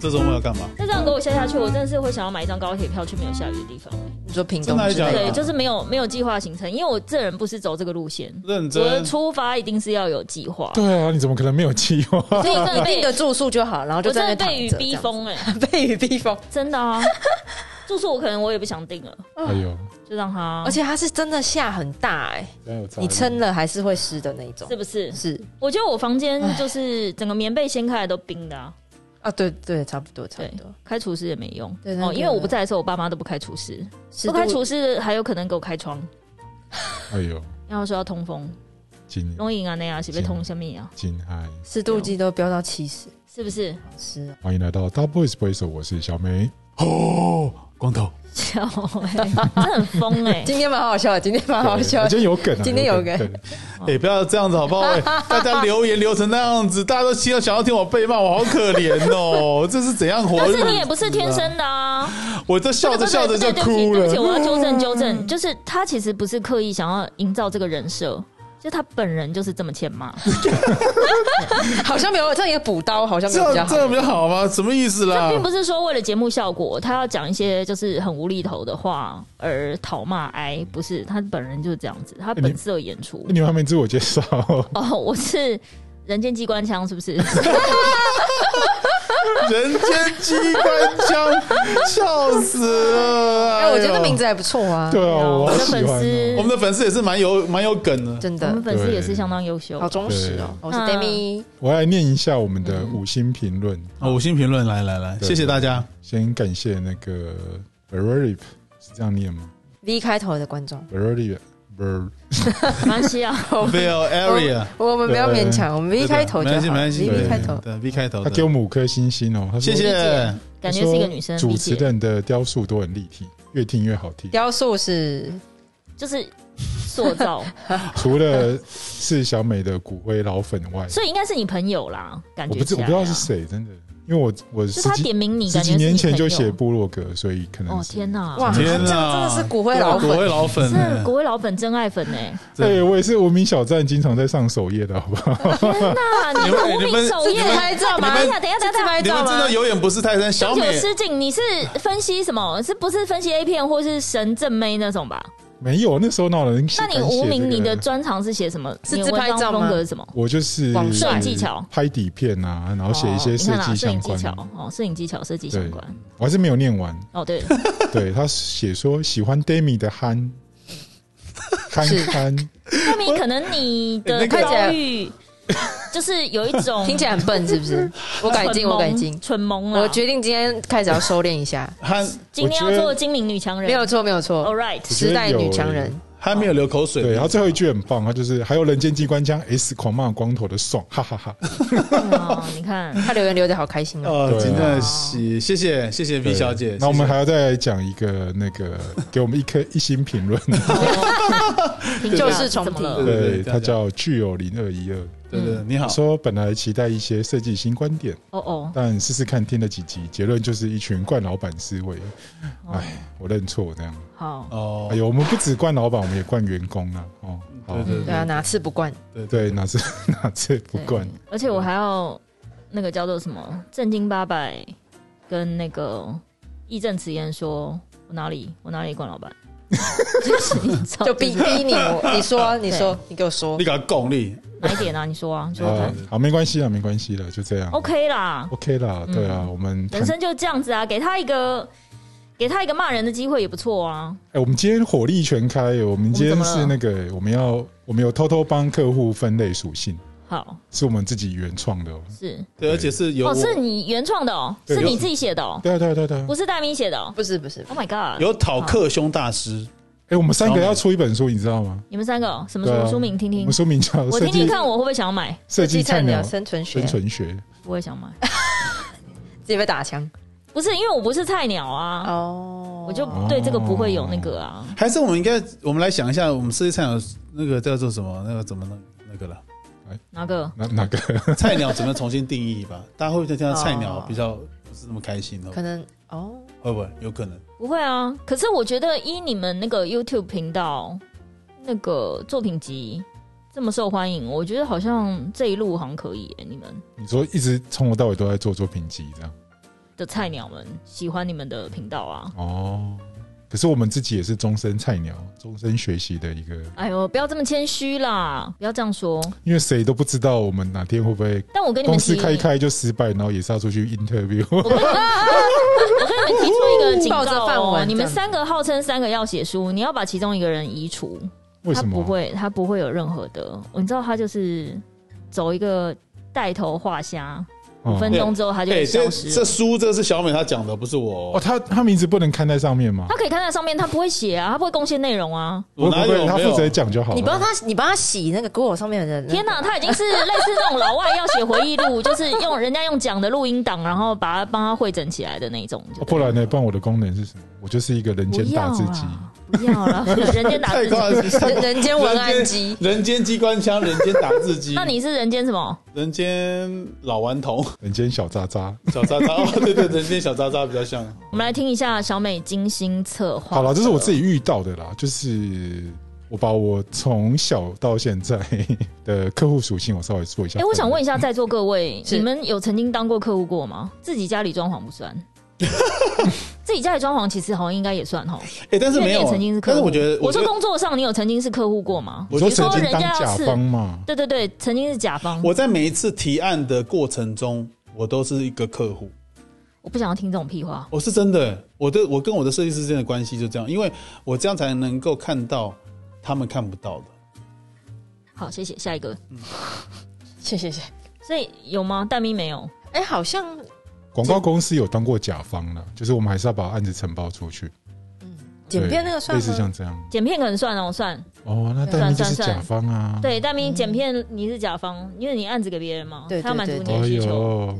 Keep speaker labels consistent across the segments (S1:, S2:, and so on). S1: 这周末要干嘛？
S2: 那这样如果下下去，我真的是会想要买一张高铁票去没有下雨的地方。
S3: 你说屏
S1: 真
S3: 东
S1: 的还
S3: 之
S1: 假
S3: 类
S1: 的？
S2: 对，就是没有没有计划行程，因为我这人不是走这个路线，
S1: 认
S2: 我的
S1: 真。
S2: 出发一定是要有计划。
S4: 对啊，你怎么可能没有计划？
S2: 所以 真的
S3: 订
S2: 被
S3: 个住宿就好，然后就
S2: 我真
S3: 在
S2: 的
S3: 那躺
S2: 被
S3: 着
S2: 雨
S3: 这
S2: 逼
S3: 样子，
S2: 疯哎、
S3: 被雨逼疯。
S2: 真的 啊。住宿我可能我也不想订了，
S4: 哎呦，
S2: 就让他，
S3: 而且它是真的下很大哎、
S4: 真有差异
S3: 你撑了还是会湿的那一种
S2: 是，不是？
S3: 是
S2: 我觉得我房间就是整个棉被掀开来都冰的、啊，
S3: 啊，对对，差不多差
S2: 对
S3: 不多，，
S2: 开除湿也没用。
S3: 对那
S2: 哦，
S3: 个
S2: 因为我不在的时候，我爸妈都不开除湿，
S3: 湿
S2: 不
S3: 度
S2: 开除湿还有可能给我开窗，
S4: 哎呦，
S2: 然后说要通风，
S4: 惊
S2: 容易啊那样是被通下面啊，
S4: 惊嗨！
S3: 湿度计都飙到七十，
S2: 是不 是？
S3: 好湿哦。
S4: 欢迎来到 Double Espresso，我是小梅。
S1: 哦，光头，
S2: 笑欸， 真的很疯哎、
S3: 今天蛮好笑的，今天蛮好笑的，
S4: 对今天有梗啊，
S3: 今天有梗
S4: 梗。对
S1: 哎、不要这样子好不好？哎大家留言留成那样子，大家都希望想要听我被骂，我好可怜哦，这是怎样活？
S2: 但是你也不是天，生的啊，
S1: 我这笑着笑着就
S2: 对对对
S1: 哭
S2: 对不起，我
S1: 了。
S2: 要纠 正纠正，就是他其实不是刻意想要营造这个人设，就他本人就是这么欠骂，
S3: 好像没有这样一个补刀，好像没
S1: 这
S3: 有比较
S1: 样
S3: 好
S1: 这。样比较好吗？什么意思啦
S4: 啊
S2: 他？并不是说为了节目效果，他要讲一些就是很无厘头的话而讨骂哀，不是，他本人就是这样子，他本色演出。
S4: 哎你们还没自我介 绍，
S2: 哦，我是人间机关枪，是不是？
S1: 人间机关枪，笑死了！
S3: 哎，我觉得名
S1: 字，
S3: 字还不错啊，
S4: 对啊，
S2: 我
S4: 我好
S2: 哎的
S4: 喜
S2: 粉
S4: 欢
S2: 丝
S4: 哦。
S1: 我们的粉丝也是蛮有蛮有梗的。
S3: 真
S2: 我
S3: 的
S2: 们粉丝也是相当优秀
S3: 好。忠实哦。我是 Demi，
S4: 我来念一下我们的五星评论，
S1: 啊，五星评论，来来来，
S4: 对
S1: 谢谢大家。
S4: 先感谢那个 v e r i p 是这样念吗
S3: V 开头的观众，
S4: v e r i p Ver
S2: 没关系啊，
S1: Bill Area，
S3: 我们不要勉强，我们 V 开头
S1: 没
S3: 就好
S1: 关系，没关系，
S3: ，V
S1: 对
S3: 开头。
S1: 对 V 开头
S4: 他给我
S1: 的，
S4: 们五颗星星哦，他说
S1: 谢谢。
S2: 感觉是一个女
S4: 他
S2: 生，
S4: 说
S2: 理
S4: 主持
S2: 解
S4: 人的雕塑都很立体，越听越好听。
S3: 雕塑是
S2: 就是塑造，
S4: 除了是小美的骨灰老粉外，
S2: 所以应该是你朋友啦，感
S4: 我
S2: 觉
S4: 不知
S2: 起
S4: 我
S2: 来
S4: 不知道
S2: 啊
S4: 是，谁，真的，因为我我
S2: 就
S4: 十
S2: 是他
S4: 几
S2: 点名你，
S4: 十
S2: 感觉
S4: 几
S2: 是你
S4: 年前
S2: 朋
S4: 就
S2: 友
S4: 写部落格，所以可能嗯
S2: 哦
S4: 是哎
S2: 天！哪！
S3: 哇，
S1: 天
S3: 这
S1: 哪，啊
S3: 样真的是骨灰老
S1: 骨灰
S3: 粉，
S1: 老粉
S2: 这
S1: 呢，
S2: 国威老粉真爱粉呢、欸
S4: 对，我也是无名小站经常在上首页的，好不好？
S2: 那你
S1: 们
S2: 无
S1: 你
S2: 名
S1: 们
S2: 首页
S3: 自拍照吗
S2: 等一下，等一下，等一下，
S3: 拍
S1: 你们
S3: 照
S1: 真
S3: 吗
S1: 的？有眼不识泰山，小
S2: 小九
S1: 美
S2: 失敬，你是分析什么？是不是分析 A 片或是神正妹那种吧？
S4: 没有，那时候哪有人
S2: 那
S4: 敢
S2: 你
S4: 写这个？啊
S2: 无名你的专长是写什么？
S3: 是
S2: 你的
S3: 自拍
S2: 文章
S3: 照吗
S2: 风格是什么？
S4: 我就是
S3: 网
S2: 摄影技巧
S4: 拍底片啊，然后写一些
S2: 哦你
S4: 设
S2: 看啦
S4: 计
S2: 摄
S4: 相
S2: 影技
S4: 关。
S2: 巧哦，摄影技巧、设计相关。
S4: 我还是没有念完。
S2: 哦， 对，
S4: 对他写说喜欢 Demi 的憨，憨
S3: 是
S4: 憨，
S2: 那你可能你的
S1: 那 个
S2: 遭遇就是有一种
S3: 听起来很笨是 不是？我改进，
S2: 蠢萌
S3: 我改进，
S2: 蠢萌啊了。
S3: 我决定今天开始要收敛 一下。
S1: 憨
S2: 今天
S4: 我觉
S2: 要
S4: 得
S2: 做精明女强人，
S3: 没有错，没有错
S2: All，right，
S4: 觉得
S3: 时代
S4: 有
S3: 女强
S4: 欸
S3: 人。
S1: 憨没有流口水，呃
S4: 对，然后最后一句很棒，他就是还有人间机关枪 S 狂骂光头的爽，哈哈哈
S2: 哦你 看，
S3: 他留言留的好开心哦。
S1: 呃，
S4: 对啊
S1: 真的是谢谢谢谢 V 小姐，
S4: 那我
S1: 谢
S4: 们
S1: 谢
S4: 还要再讲一个那个，给我们一颗一星评论，
S2: 听
S3: 旧
S2: 众
S3: 事重
S2: 怎么
S3: 提
S2: 了？
S1: 对对
S4: 对
S1: 对
S4: 他叫具有零二一二，
S1: 对对，你好，
S4: 说本来期待一些设计新观点，
S2: 哦哦，
S4: 但试试看听了几集，结论就是一群惯老板思维。哎，我认错这样。
S2: 好，
S1: 哦
S4: 哎，呦，我们不只惯老板，我们也惯员工啊。哦，好
S1: 对，对
S3: 对啊，哪次不惯？
S1: 对
S4: 对，哪次 哪次不惯？
S2: 而且我还要那个叫做什么正经八百，跟那个义正辞严说，我哪里我哪里管老 板，就是你知道
S3: 就逼逼你，我你说，啊你说，你给我说
S1: 你，给他共力，
S2: 哪一点啊？你说啊，你说
S4: 啊
S2: 看
S4: 好，没关系啦，没关系啦，就这样。
S1: 哦
S2: ，OK 啦，
S4: OK
S1: 嗯
S4: 啦，对啊，我们谈
S2: 人生就这样子啊，给他一个给他一个骂人的机会也不错啊。
S4: 哎、我们今天火力全开耶，我们今
S2: 我们怎
S4: 天
S2: 么
S4: 是
S2: 了
S4: 那个，我们要我们有偷偷帮客户分类属性，
S2: 好，
S4: 是我们自己原创的哦。
S2: 是
S1: 对，而且是有
S2: 哦，是你原创的哦，
S4: 对
S2: 是你
S1: 有
S2: 自己写的哦，
S4: 对啊，对啊，对啊，对啊。
S2: 不是戴咪写的哦。
S3: 不是不是，
S2: Oh my god！
S1: 有讨克兄大师，
S4: 哎、我们三个要出一本书，你知道吗？
S2: 你们三个哦什么
S4: 对啊
S2: 书书名听
S4: 我
S2: 听
S4: 们？书名叫《
S2: 我
S4: 设
S2: 听
S4: 计
S2: 听看，我会不会想买？
S4: 设计
S3: 计
S4: 菜
S3: 菜
S2: 啊
S4: 鸟
S3: 鸟生存学
S4: 生，存学》。
S2: 不会想买，
S3: 自己被打枪
S2: 不是因为我不是菜鸟啊，
S3: 哦
S2: 我就对这个不会有那个啊。
S1: 还是我们应该我们来想一下，我们设计菜鸟那个叫做什么，那个怎么弄那个了？
S2: 哪个？
S4: 哪哪个？
S1: 菜鸟怎么重新定义吧？大家会不会听到菜鸟
S3: 哦
S1: 比较不是那么开心哦
S3: 可？能哦，
S1: 会不会有可能？
S2: 不会啊。可是我觉得依你们那个 YouTube 频道那个作品集这么受欢迎，我觉得好像这一路好像可以耶。你们
S4: 你说一直从头到尾都在做作品集这样？
S2: 的菜鸟们喜欢你们的频道啊。
S4: 哦，可是我们自己也是终身菜鸟，终身学习的一个，
S2: 哎呦，不要这么谦虚啦，不要这样说。
S4: 因为谁都不知道我们哪天会不会
S2: 但我哎跟你们
S4: 公
S2: 提，
S4: 司开一开就失败，然后也是要出去 interview。
S2: 我跟你们提出一个警
S3: 抱着
S2: 告
S3: 饭碗这
S2: 哦，
S3: 样
S2: 你们三个号称三个要写书，你要把其中一个人移除，
S4: 为
S2: 他
S4: 什
S2: 不
S4: 么？
S2: 会，他不会有任何的，你知道他就是走一个带头画虾，五分
S4: 哦
S2: 钟之后他就会
S1: 哎，
S2: 消
S1: 这
S2: 失
S1: 这
S2: 了。
S1: 书这是小美她讲的，不是我
S4: 哦，。他他名字不能看在上面吗
S2: 他？可以看在上面，他不会写啊，他不会贡献内容啊。
S1: 我
S4: 不
S1: 哪
S4: 会
S1: 有？
S4: 他
S1: 没
S4: 负责
S1: 有。
S4: 讲就好了。
S5: 你帮他，你帮他洗那个 Google 上面的人。
S2: 天哪，他已经是类似那种老外要写回忆录， 就是用人家用讲的录音档，然后把它帮他汇整起来的那种。
S4: 哦不然呢？不然我的功能是什么？我就是一个人
S2: 不
S4: 间
S2: 要啊
S4: 打字
S2: 啦
S4: 机。，
S2: 不要啦， 人间打
S1: 太
S2: 字
S1: 夸
S2: 机。
S1: 张
S5: 人
S1: 了，
S5: 人间文案 机，
S1: 人间机关枪，人间打字机，
S2: 那你是人间什么？
S1: 人间老顽童，
S4: 人间小渣渣。
S1: 小渣渣，哦，对对，人间小渣渣比较像。
S2: 我们来听一下小美精心策划。
S4: 好了，这是我自
S2: 己。
S4: 己遇到的啦，就是我把我从小到现在的客户属性我稍微做一下。
S2: 哎、我想问，一下在座各位，
S3: 是
S2: 你们有曾经当过客户过吗？自己家里装潢不算，自己家里装潢其实好像应该也算哈，
S1: 哎，但是
S2: 因为
S1: 没
S2: 你也
S1: 有
S2: 曾经是，客
S1: 但
S2: 户。
S1: 是我觉得，
S2: 我
S1: 觉
S2: 说
S1: 得
S2: 工作上你有曾经是客户过吗？
S4: 你说
S2: 你说
S4: 曾经
S2: 人
S4: 当
S2: 家要
S4: 甲
S2: 是
S4: 方嘛？
S2: 对对对，曾经是甲方。
S1: 我在每一次提案的过程中，我都是一个客户。哦
S2: 我不想要听这种屁话。
S1: 我是真的，欸我的我跟我的设计师之间的关系就这样，因为我这样才能够看到他们看不到的。
S2: 好，谢谢，下一个。
S3: 谢谢谢。
S2: 所以有吗？蛋咪没有。
S3: 哎，好像
S4: 广告公司有当过甲方啦，就是我们还是要把案子承包出去。
S5: 剪片那个
S4: 对
S5: 算
S4: 类似
S5: 吗？
S4: 像这样。
S2: 剪片可能算哦，算
S4: 哦，那
S2: 算
S4: 当然就是
S2: 算算
S4: 甲方啊。
S2: 对。蛋咪剪片你是甲方，因为你案子给别人嘛，
S5: 对对
S2: 他要满足你
S4: 哎
S2: 的需求。
S4: 呦，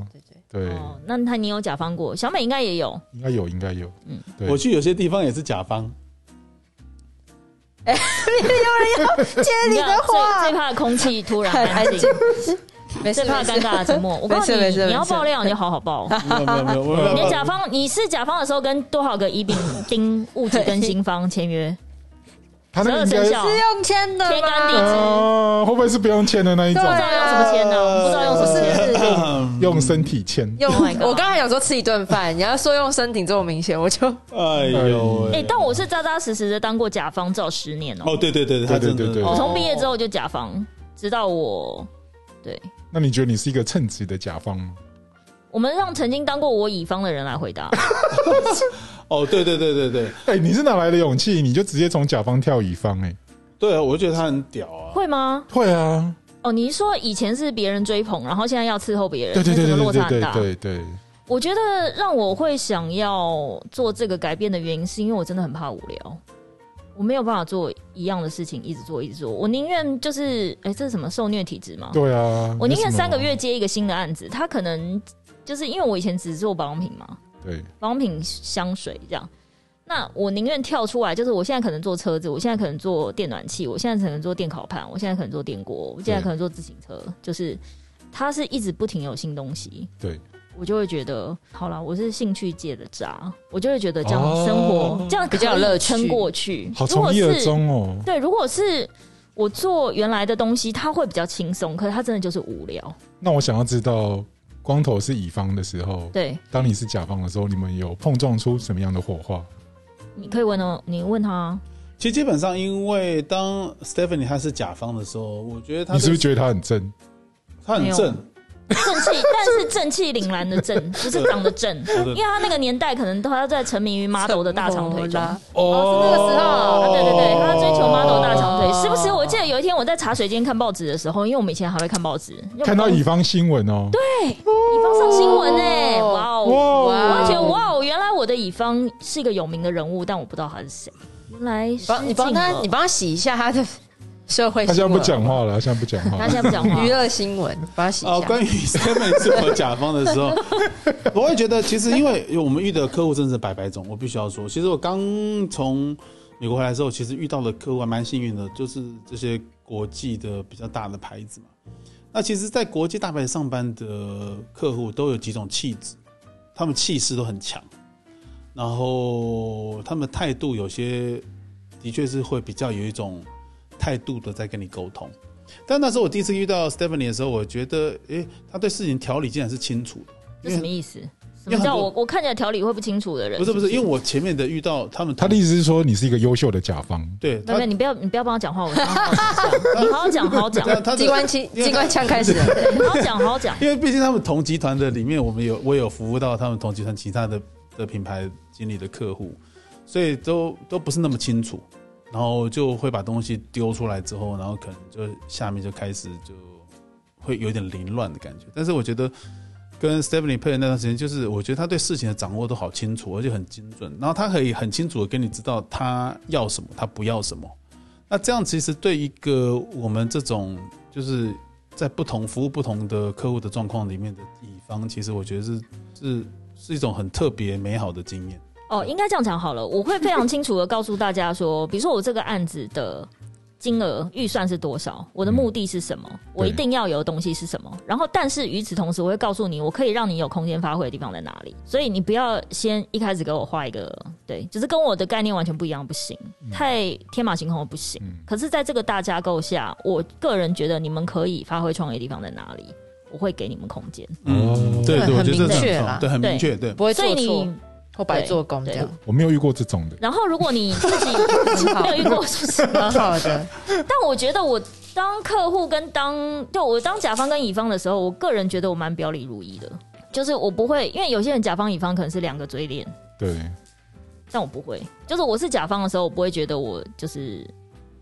S5: 对对，
S4: 对，
S2: 哦，那他你有甲方过，小美应该也有。
S4: 应该有，应该有。嗯，对
S1: 我。去有些地方也是甲方，
S5: 接你的话
S2: 最最，怕空气突然
S5: 很
S2: 安
S5: 安
S2: 静
S5: 静，没事
S2: 最怕
S5: 没
S2: 尴
S5: 事。
S2: 尬的 沉默。我告诉
S3: 没事没
S2: 你，
S3: 事
S2: 你要
S3: 没事
S2: 爆料你就好好爆。
S1: 没有没有没有没有没有没
S2: 你的
S1: 有，
S2: 甲方，你是甲方的时候跟多少个乙丙丁戊己跟新方签约？
S4: 他那
S2: 十
S4: 个
S2: 二
S4: 应
S2: 生
S4: 该
S2: 肖
S5: 是用签的
S2: 天干地
S5: 吗？
S2: 支，
S4: 啊，会不会是不用签的那一种
S2: 不？知道用什么签
S4: 哦
S2: 呢？我不知道用什么签。
S5: 是
S4: 用身体签。
S3: 用
S2: Oh my god
S3: 我刚才想说吃一顿饭，你要说用身体这么明显，我就
S1: 哎呦
S4: 哎
S1: 喂！
S2: 哎，但我是扎扎实实的当过甲方，至少十年哦
S1: 哦，。对对对对，他真的
S4: 对对对对
S2: 我从毕业之后就甲方，直到我对。
S4: 那你觉得你是一个称职的甲方吗？
S2: 我们让曾经当过我乙方的人来回答，
S1: 哦，对对对对对
S4: 哎，你是哪来的勇气？你就直接从甲方跳乙方？哎，
S1: 对啊，我就觉得他很屌啊！
S2: 会吗？
S4: 会啊，
S2: 哦，你是说以前是别人追捧，然后现在要伺候别人，
S4: 对对对
S2: 那
S4: 对
S2: 这个落
S4: 对
S2: 差很
S4: 对
S2: 大。
S4: 对对对。
S2: 我觉得让我会想要做这个改变的原因，是因为我真的很怕无聊，我没有办法做一样的事情，一直做一直做。我宁愿就是，哎、这是什么受虐体质吗？
S4: 对啊，
S2: 哦我宁愿
S4: 没什么
S2: 三个月。接一个新的案子，他可能就是因为我以前只做保养品嘛，
S4: 对，
S2: 保养品、香水这样。那我宁愿跳出来，就是我现在可能做车子，我现在可能做电暖器，我现在可能做电烤盘，我现在可能做电锅，我现在可能做自行车，就是它是一直不停有新东西。
S4: 对，
S2: 我就会觉得，好啦，我是兴趣界的渣，我就会觉得这样
S4: 哦
S2: 生活、这样可以
S3: 比较有乐趣
S2: 撑过去。
S4: 好
S2: 如果
S4: 从一而
S2: 是
S4: 终哦。
S2: 对，如果是我做原来的东西，它会比较轻松，可是它真的就是无聊。
S4: 那我想要知道，光头是乙方的时候，
S2: 对，
S4: 当你是甲方的时候，你们有碰撞出什么样的火花？
S2: 你可以问哦，你问他啊，
S1: 其实基本上，因为当 Stephanie 她是甲方的时候，我觉得她
S4: 你是不是
S1: 得
S4: 觉得他很正？
S1: 她很正？
S2: 正气，但是正气凛然的正， 不是长得正。因为他那个年代可能都还在沉迷于 model 的大长 腿中。
S3: 啦，
S1: 哦
S3: 是那个时候
S2: 啊，对对
S4: 哦
S2: 对，他追求 model 大长腿，
S3: 哦
S2: 是不是？我记得有一天我在茶水间看报纸的时候，因为我们以前还会看报纸，
S4: 看到乙方新闻哦，
S2: 乙方上新闻呢，哇哦！我
S4: 哇
S2: 会觉得哇哦，原来我的乙方是一个有名的人物，但我不知道他是谁。原来
S3: 你帮你帮他，
S2: 啊
S3: 你帮他洗一下他的社会
S4: 他
S3: 新
S4: 现在
S3: 闻。
S4: 不讲话了，他现在不讲话
S2: 他。现在不讲话
S3: 娱。乐新闻，帮他洗
S1: 哦
S3: 一，下。
S1: 关于 Stephanie 是我甲方的时候，我会觉得其实因为我们遇的客户真的是百百种，我必须要说，其实我刚从美国回来之后，其实遇到的客户还蛮幸运的，就是这些国际的比较大的牌子嘛。那其实，在国际大牌上班的客户都有几种气质，他们气势都很强，然后他们态度有些的确是会比较有一种态度的在跟你沟通。但那时候我第一次遇到 Stephanie 的时候，我觉得，诶，他对事情条理竟然是清楚的，
S2: 这什么意思？什么叫我我看起来条理会不清楚的人？
S1: 不是不是，因为
S2: 为
S1: 我前面的遇到他们，
S4: 他的意思是说，你是一个优秀的甲方，
S1: 对
S2: 没
S1: 他
S2: 有没有，你不要你不要帮我讲话，我好好讲， 你好好讲，好好讲，
S1: 他他
S5: 机
S1: 的
S5: 关枪，机关枪开始了，
S2: 对好好讲，好好讲。
S1: 因为毕竟他们同集团的里面，我们有我有服务到他们同集团其他的的品牌经理的客户，所以都都不是那么清楚，然后就会把东西丢出来之后，然后可能就下面就开始就会有点凌乱的感觉。但是我觉得跟 Stephanie 配的那段时间，就是我觉得他对事情的掌握都好清楚，而且很精准，然后他可以很清楚的跟你知道他要什么，他不要什么。那这样其实对一个我们这种就是在不同服务不同的客户的状况里面的乙方，其实我觉得是是是一种很特别美好的经验。
S3: 嗯
S2: 哦，应该这样讲好了，我会非常清楚的告诉大家说， 比如说我这个案子的金额预算是多少，我的目的是什么，
S3: 嗯
S2: 我一定要有的东西是什么。然后，但是与此同时，我会告诉你，我可以让你有空间发挥的地方在哪里。所以你不要先一开始给我画一个，对，只是跟我的概念完全不一样，不行，
S3: 嗯
S2: 太天马行空了不行。
S4: 嗯
S2: 可是，在这个大架构下，我个人觉得你们可以发挥创意的地方在哪里，我会给你们空间。
S4: 哦
S1: 对对，我
S3: 很
S1: 觉得这
S3: 明确
S1: 是很
S3: 啦
S1: 棒对，很明确，对。
S3: 不会
S2: 所以
S3: 做
S2: 你
S3: 错或白做工这样，
S4: 我没有遇过这种的。
S2: 然后，如果你自己
S3: 很好
S2: 没有遇过，是不是？
S3: 蛮好的。
S2: 但我觉得我当客户跟当就我当甲方跟乙方的时候，我个人觉得我蛮表里如一的，就是我不会，因为有些人甲方乙方可能是两个嘴脸，
S4: 对，
S2: 但我不会，就是我是甲方的时候，我不会觉得我就是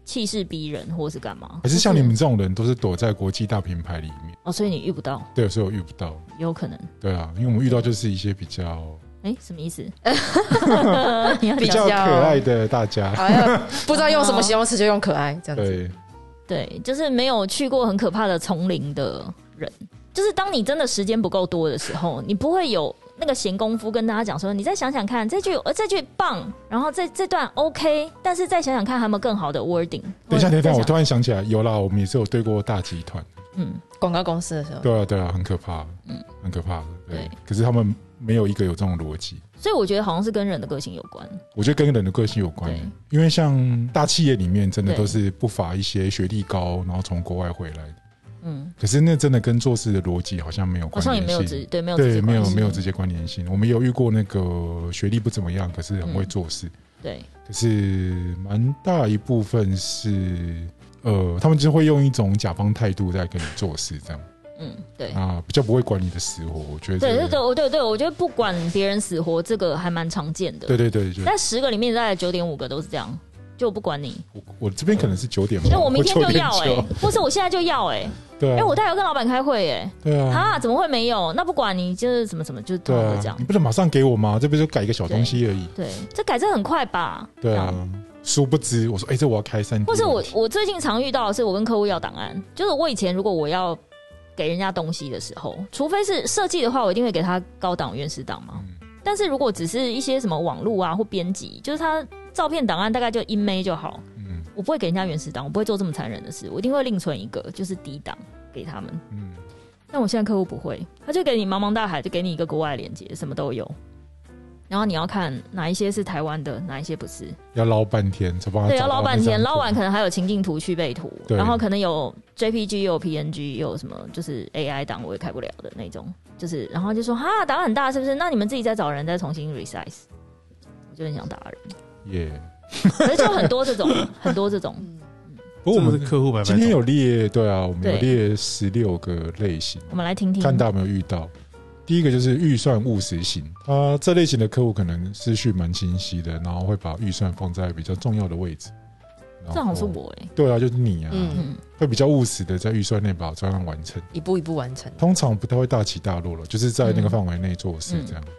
S2: 气势逼人或是干嘛，
S4: 还是像你们这种人，都是躲在国际大品牌里面。
S2: 哦，所以你遇不到，
S4: 对，所以我遇不到。
S2: 也有可能，
S4: 对啊，因为我们遇到就是一些比较
S2: 哎、什么意 思？ 你要
S3: 比
S4: 比
S2: 讲
S3: 较
S4: 较可爱的大家。
S3: 哎呀，不知道用什么形容词就用可爱这样子。
S4: 对，
S2: 对，就是没有去过很可怕的丛林的人，就是当你真的时间不够多的时候，你不会有那个闲工夫跟大家讲说，你再想想看这句，呃，这句棒，然后这这段 OK，但是再想想看还有没有更 好的 wording。
S4: 等一下，等一下，我突
S2: 断，
S4: 然想起来，有啦，我们也是有对过大集团。
S2: 嗯，
S3: 广告公司的时候，
S4: 对啊，对啊，很可怕，嗯，很可怕的。对
S2: 对，
S4: 可是他们没有一个有这种逻辑。
S2: 所以我觉得好像是跟人的个性有关。
S4: 我觉得跟人的个性有关
S2: 对，
S4: 因为像大企业里面真的
S2: 对
S4: 都是不乏一些学历高，然后从国外回来的，
S2: 嗯，
S4: 可是那真的跟做事的逻辑好像没有
S2: 好
S4: 关
S2: 像也没有
S4: 联
S2: 直
S4: 性。
S2: 对没有直
S4: 对，
S2: 接
S4: 没有
S2: 关系
S4: 没有直接关联性。我们有遇过那个学历不怎么样，可是很会做事，
S2: 对
S4: 可是蛮大一部分是呃，他们就会用一种甲方态度在跟你做事，这样
S2: 嗯对。
S4: 啊，比较不会管你的死活。我觉得
S2: 对
S4: 这
S2: 对
S4: 个
S2: 对，我对对，我觉得不管别人死活，这个还蛮常见的。
S4: 对对对，就
S2: 但十个里面大概九点五个都是这样，就我不管你，
S4: 我我这边可能是九点半，
S2: 那我明天
S4: 或
S2: 就
S4: 9
S2: 要哎、
S4: 9
S2: 或是我现在就要哎、
S4: 对
S2: 哎、
S4: 啊，
S2: 我待会要跟老板开会哎、
S4: 对啊，
S2: 啊，怎么会没有？那不管你就是什么什么，就是通
S4: 对
S2: 常会这
S4: 啊
S2: 样，
S4: 你。不能马上给我吗？这不就改一个小东西而已。
S2: 对，这改正很快吧？
S4: 对
S2: 这样。
S4: 啊，殊不知我说，哎，这我要开三 D
S2: 或
S4: 软体，
S2: 是我我最近常遇到的是，我跟客户要档案，就是我以前如果我要给人家东西的时候，除非是设计的话，我一定会给他高档原始档嘛。但是如果只是一些什么网络啊或编辑，就是他照片档案大概就 image 就好，
S4: 嗯
S2: 我不会给人家原始档，我不会做这么残忍的事，我一定会另存一个就是低档给他们。
S4: 嗯，
S2: 但我现在客户不会，他就给你茫茫大海，就给你一个国外连接，什么都有。然后你要看哪一些是台湾的，哪一些不是。
S4: 要捞半天，才帮他
S2: 对，
S4: 找
S2: 要
S4: 到
S2: 捞半
S4: 那张
S2: 天，
S4: 图
S2: 捞完可能还有情境图、去背图，
S4: 对
S2: 然后可能有 JPG，也有 PNG，也有什么就是 AI 档我也开不了的那种。就是，然后就说哈，档案很大是不是？那你们自己再找人再重新 resize。我就很想打 人，
S4: 耶。
S2: 可是就很多这种，很多这种。
S4: 不过我
S1: 这
S4: 们
S1: 是客户百百
S4: 今天
S1: 种
S4: 有列，对啊，我们
S2: 对
S4: 有
S2: 嗯
S4: 列十六个类型，
S2: 我们来听听。
S4: 看到有没有遇到。第一个就是预算务实型，他这类型的客户可能思绪蛮清晰的，然后会把预算放在比较重要的位置。然
S2: 这好像是
S4: 后
S2: 我哎、
S4: 对啊，就是你啊，
S3: 嗯
S2: 嗯，
S4: 会比较务实的在预算内把专案完成，
S3: 一步一步完成。
S4: 通常不太会大起大落了，就是在那个范围内做事这样。
S2: 嗯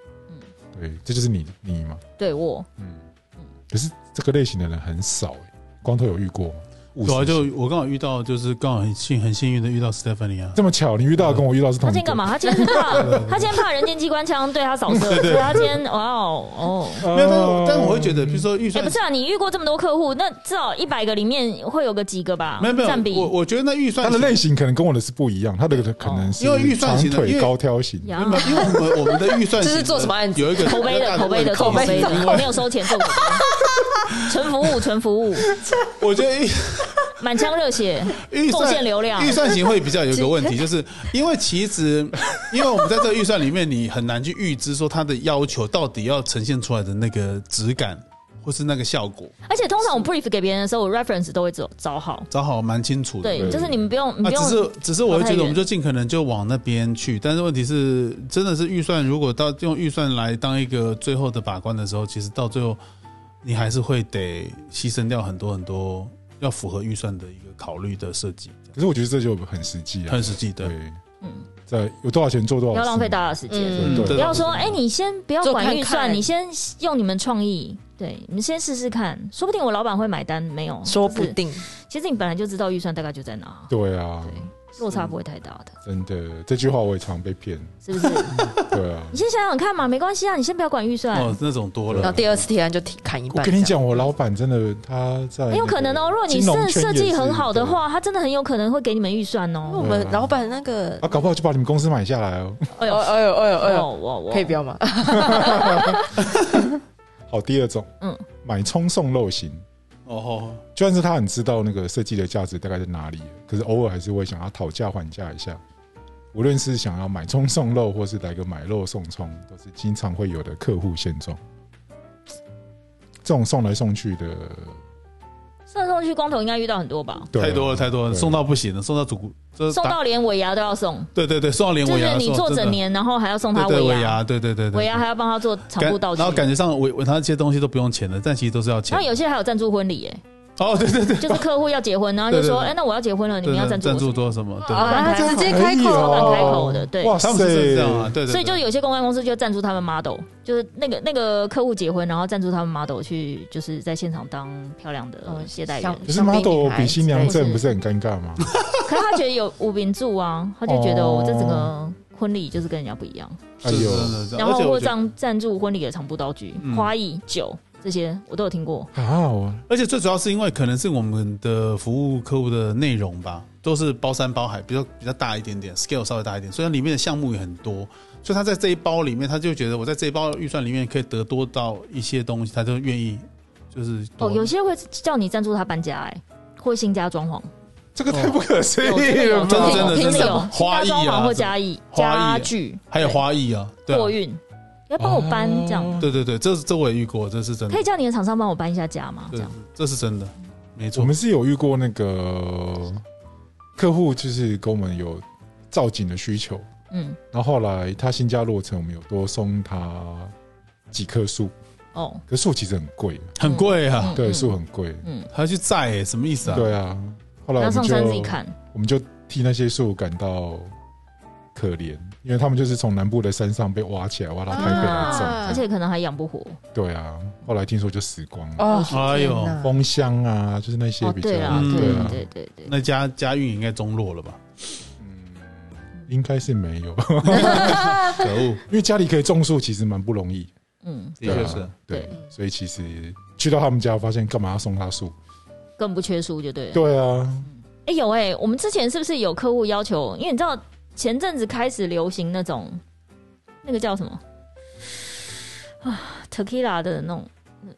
S4: 对，这就是你你嘛，
S2: 对我
S4: 嗯。可是这个类型的人很少、欸，光头有遇过吗？务实
S1: 主要啊就
S4: 型
S1: 我刚好遇到，就是刚好很幸很幸运的遇到 Stephanie 啊，
S4: 这么巧，你遇到的跟我遇到是同
S2: 他
S4: 一
S2: 今天
S4: 个
S2: 干？嘛？他今天是怕 他今天怕人间机关枪对他扫射， 所以他今天哇哦哦。
S4: 没
S1: 没有，但是我但我会觉得，比如说预
S2: 哎、
S1: 算
S2: 不是啊，你遇过这么多客户，那至少一百个里面会有个几个吧？
S1: 没有没
S2: 占
S1: 有，
S2: 比
S1: 我我觉得那预算
S4: 他的类型可能跟我的是不一样，他的可能是
S1: 哦因为预算
S4: 长
S1: 型的因
S4: 腿
S1: 为
S4: 高挑型，
S2: 呀
S1: 没有，没有因为我们我们的预算
S3: 这是
S1: 型
S3: 做什么案子
S1: 有一个
S2: 口碑的口碑的
S1: 口
S2: 口碑的，
S1: 因
S2: 我
S1: 为
S2: 没有收钱做口碑，纯服务纯服务，
S1: 我觉得
S2: 满腔热血，
S1: 预
S2: 贡
S1: 算
S2: 献流量
S1: 预算型会比较有一个问 题，就是因为其实，因为我们在这个预算里面，你很难去预知说它的要求到底要呈现出来的那个质感或是那个效果，
S2: 而且通常我 brief 给别人的时候，我 reference 都会找找好。
S1: 找好蛮清楚的。
S2: 对，
S4: 对
S2: 就是你们不用，你
S1: 啊，
S2: 不
S1: 只
S2: 用，
S1: 是只是我会觉
S2: 跑太
S1: 得，
S2: 远
S1: 我们就尽可能就往那边去。但是问题是，真的是预算，如果到用预算来当一个最后的把关的时候，其实到最后你还是会得牺牲掉很多很多要符合预算的一个考虑的设计，
S4: 可是我觉得这就很实际啊
S1: 很，实际的。
S4: 对，
S2: 嗯，
S4: 在有多少钱做多
S1: 哦
S2: 不
S4: 少事，
S2: 要浪费大家的时间。
S5: 嗯，
S1: 嗯
S4: 对
S2: 不要说，哎、你先不要管预
S3: 做看
S2: 算，
S3: 看
S2: 你先用你们创意，对，你们先试试看，说不定我老板会买单，没有，
S3: 说不
S2: 就是
S3: 定
S2: 其实你本来就知道预算大概就在哪，
S4: 对啊，
S2: 落差不会太大的，
S3: 嗯
S4: 真的这句话我也常被骗，
S2: 是 不是？
S4: 对啊
S2: 你。先想想看嘛，没关系啊，你先不要管预算，
S1: 哦，那种多
S3: 然
S1: 了
S3: 后。第二次提案就提砍一
S4: 我
S3: 半。
S4: 跟你，讲，我老板真的他在
S2: 很有可能哦。如果你
S4: 金融
S2: 设
S4: 圈
S2: 设
S4: 也
S2: 计
S4: 是
S2: 很好的，话，他真的很有可能会给你们预算
S5: 因为
S2: 哦。
S5: 我们老板那个
S4: 对啊，搞不好就把你们公司买下来 哦，
S2: 哎
S3: 哎呦
S2: 呦，
S3: 哎呦哎呦哎
S2: 哎呦，
S3: 呦，
S2: 我我
S3: 可以不要吗？
S4: 好，第二种，嗯
S2: 嗯，
S4: 买葱送肉型，
S1: 哦吼，
S4: 就算是他很知道那个设计的价值大概在哪里，可是偶尔还是会想要讨价还价一下。无论是想要买葱送肉，或是来个买肉送葱，都是经常会有的客户现状。这种送来送去的，
S2: 送送去光头应该遇到很多吧？
S4: 对啊
S1: 太多了，太多了，
S4: 对
S1: 送到不行了，送到主顾，这
S2: 送到连尾牙都要送，
S1: 对对对，送到连
S2: 就
S1: 尾牙
S2: 是
S1: 的时
S2: 你
S1: 候，
S2: 做整
S1: 真的
S2: 年，然后还要送他
S1: 对对
S2: 尾
S1: 尾
S2: 牙，
S1: 牙，对对对对，
S2: 尾牙还要帮他做
S1: 感
S2: 场部道具哎
S1: 然，后感觉上尾尾他这些东西都不用钱的，但其实都是要钱
S2: 然后。有些还有赞助婚礼，哎，
S1: 哦，对对对，
S2: 就是客户要结婚，然后就说：“
S1: 对对对
S2: 哎，那我要结婚了，你们要
S1: 对
S2: 赞
S1: 对
S2: 助
S1: 赞助
S2: 我。
S1: 多什么？对，
S2: 啊
S5: 啊，他直接开
S4: 可以哦
S5: 口，
S2: 老板开口的对
S4: 哇塞
S1: 他，们是这样啊，对对。对
S2: 所以就有些公关公司就赞助他们 model，就是那个那个客户结婚，然后赞助他们 model 去，就是在现场当漂亮的接待员
S3: 像。
S4: 可是
S3: 香槟
S4: model
S3: 女孩
S4: 比新娘
S2: 之类
S4: 证
S2: 的
S4: 不是很尴尬吗？
S2: 可是他觉得有无名柱啊，他就觉得
S4: 哦
S2: 我这整个婚礼就是跟人家不一样。
S4: 哎
S1: 是
S4: 呦，
S1: 真的是
S2: 然后
S1: 啊而且
S2: 或
S1: 我觉得
S2: 赞赞助婚礼的长布道具、
S1: 嗯
S2: 花艺、酒这些，我都有听过。
S4: 啊，我
S1: 而且最主要是因为可能是我们的服务客户的内容吧，都是包山包海，比较比较大一点点，scale 稍微大一点，虽然里面的项目也很多，所以他在这一包里面，他就觉得我在这一包预算里面可以得多到一些东西，他就愿意就是多
S2: 哦，有些会叫你赞助他搬家、哎，或新家装潢。
S4: 这个太不可思
S2: 有真
S4: 议
S2: 的
S4: 了
S2: 有，
S1: 这
S4: 吧
S1: 个！
S2: 真的有
S1: 真的真
S2: 真的
S1: 的
S2: 有新
S1: 花
S2: 家
S1: 艺
S2: 装
S1: 啊
S2: 潢或家艺、
S1: 花艺啊
S2: 家具，
S1: 还有
S2: 对
S1: 花艺啊，对啊
S2: 货运， 要帮我搬这
S4: 哦
S2: 样。
S1: 对对对，这这我也遇过，这是真的
S2: 可以，叫你的厂商帮我搬一下家吗？这
S1: 对
S2: 样，
S1: 这是真的，没
S4: 我
S1: 错
S4: 们。是有遇过那个客户，就是跟我们有造景的需求，
S2: 嗯，
S4: 然后后来他新家落成，我们有多送他几棵树，
S2: 哦，
S4: 可树其实很贵，
S1: 很贵啊，
S2: 嗯
S4: 对，树很贵，
S2: 嗯，
S1: 还要去载欸，什么意思啊？
S4: 对啊。后来
S2: 然
S4: 我
S2: 后上
S4: 们
S2: 山自己
S4: 就
S2: 看，
S4: 我们就替那些树感到可怜，因为他们就是从南部的山上被挖起来，挖到台北来种，
S5: 啊
S2: 而且可能还养不活。
S4: 对啊。后来听说就死光了，
S3: 哦，
S1: 哎呦
S3: 天哪
S4: 风箱啊，就是那些
S2: 哦，
S4: 比较，
S2: 对啦，
S1: 嗯
S2: 对
S4: 对啊
S2: 对对对，
S1: 那家家运应该中落了 吧？
S4: 嗯，应该是没有，
S1: 可恶，
S4: 因为家里可以种树，其实蛮不容易。
S2: 嗯，
S1: 的确是
S4: 啊。对，所以其实去到他们家，发现干嘛要送他树？
S2: 更不缺书就对了。
S4: 对啊，
S2: 哎、有哎、我们之前是不是有客户要求？因为你知道前阵子开始流行那种那个叫什么啊，tequila 的那种，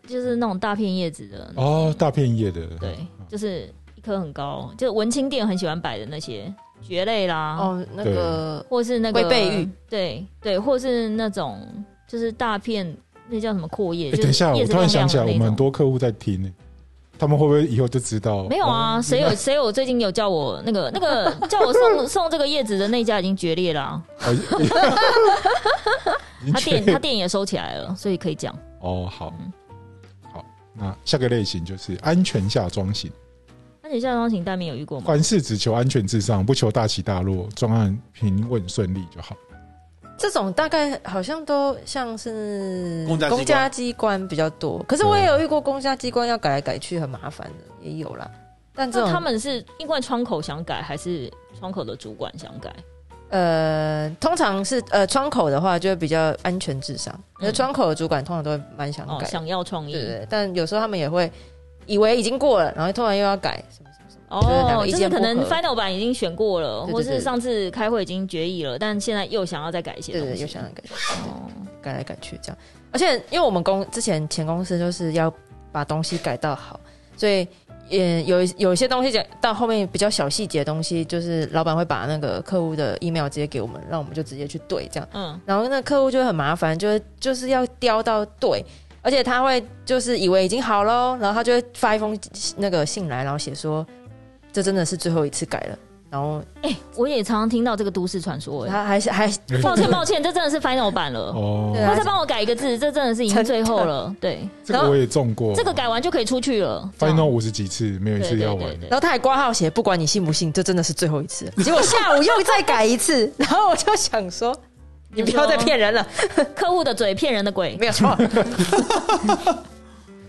S2: 就是那种大片叶子的，
S4: 哦，大片叶的，
S2: 嗯对，就是一颗很高，就文青店很喜欢摆的那些蕨类啦，
S3: 哦，那个
S2: 或是那个
S3: 龟背芋，
S2: 对对，或是那种就是大片那叫什么阔叶，
S4: 哎，
S2: 就
S4: 等
S2: 是
S4: 一下，
S2: 叶
S4: 我
S2: 子
S4: 突然想
S2: 亮
S4: 起来，
S2: 亮的那
S4: 我们很
S2: 种。
S4: 多客户在听呢，他们会不会以后就知道？
S2: 没有啊，
S4: 哦
S2: 谁有谁有最近有叫我那个那个 叫我送送这个叶子的那家已经决裂了、啊。
S4: 哦 已经
S2: 他
S4: 确
S2: 店他店也收起来了，所以可以讲。
S4: 哦，好
S2: 嗯
S4: 好，那下个类型就是安全下装型，
S2: 那你下妆型单面有遇过吗？
S4: 凡事只求安全至上，不求大起大落，专案平稳顺利就好。
S3: 这种大概好像都像是
S1: 公家机关
S3: 公家机关比较多，可是我也有遇过公家机关要改来改去很麻烦的，也有啦。但这
S2: 那
S3: 种
S2: 他们是因为窗口想改，还是窗口的主管想改？
S3: 呃，通常是呃窗口的话，就会比较安全至上。那、窗口的主管通常都会蛮想
S2: 嗯哦，
S3: 改，
S2: 想要创
S3: 对
S2: 意
S3: 对对。但有时候他们也会以为已经过了，然后突然又要改什么什么什么。就是两
S2: 哦
S3: 个，意
S2: 就是
S3: 见
S2: 可能
S3: 不合
S2: final 版已经选过了，
S3: 对对
S2: 或是
S3: 对
S2: 上次开会已经决议了，但现在又想要再改一些
S3: 对对
S2: 东
S3: 对，
S2: 西
S3: 又。想要改
S2: 哦，
S3: 改来改去这样。而且因为我们公之前前公司就是要把东西改到好，所以也有有一些东西讲到后面比较小细节的东西，就是老板会把那个客户的 email 直接给我们，让我们就直接去对这样。
S2: 嗯，
S3: 然后那客户就会很麻烦，就是就是要雕到对，而且他会就是以为已经好喽，然后他就会发一封那个信来，然后写说这真的是最后一次改了，然后
S2: 哎、我也常常听到这个都市传说、哎，
S3: 他还是还
S2: 抱歉抱歉，这真的是 final 版了。
S3: 对
S4: 哦，
S3: 啊
S2: 他再帮我改一个字，这真的是已经最后了。对，
S4: 这个我也中过。
S2: 这个改完就可以出去了。这样
S4: final 五十几次，没有一
S2: 对
S4: 次
S2: 对
S4: 要
S2: 对
S4: 完。
S2: 对
S3: 然后他还挂号写，不管你信不信，这真的是最后一次了。结果下午又再改一次，然后我就想说，你不要再骗人了，
S2: 客户的嘴骗人的鬼
S3: 没有错。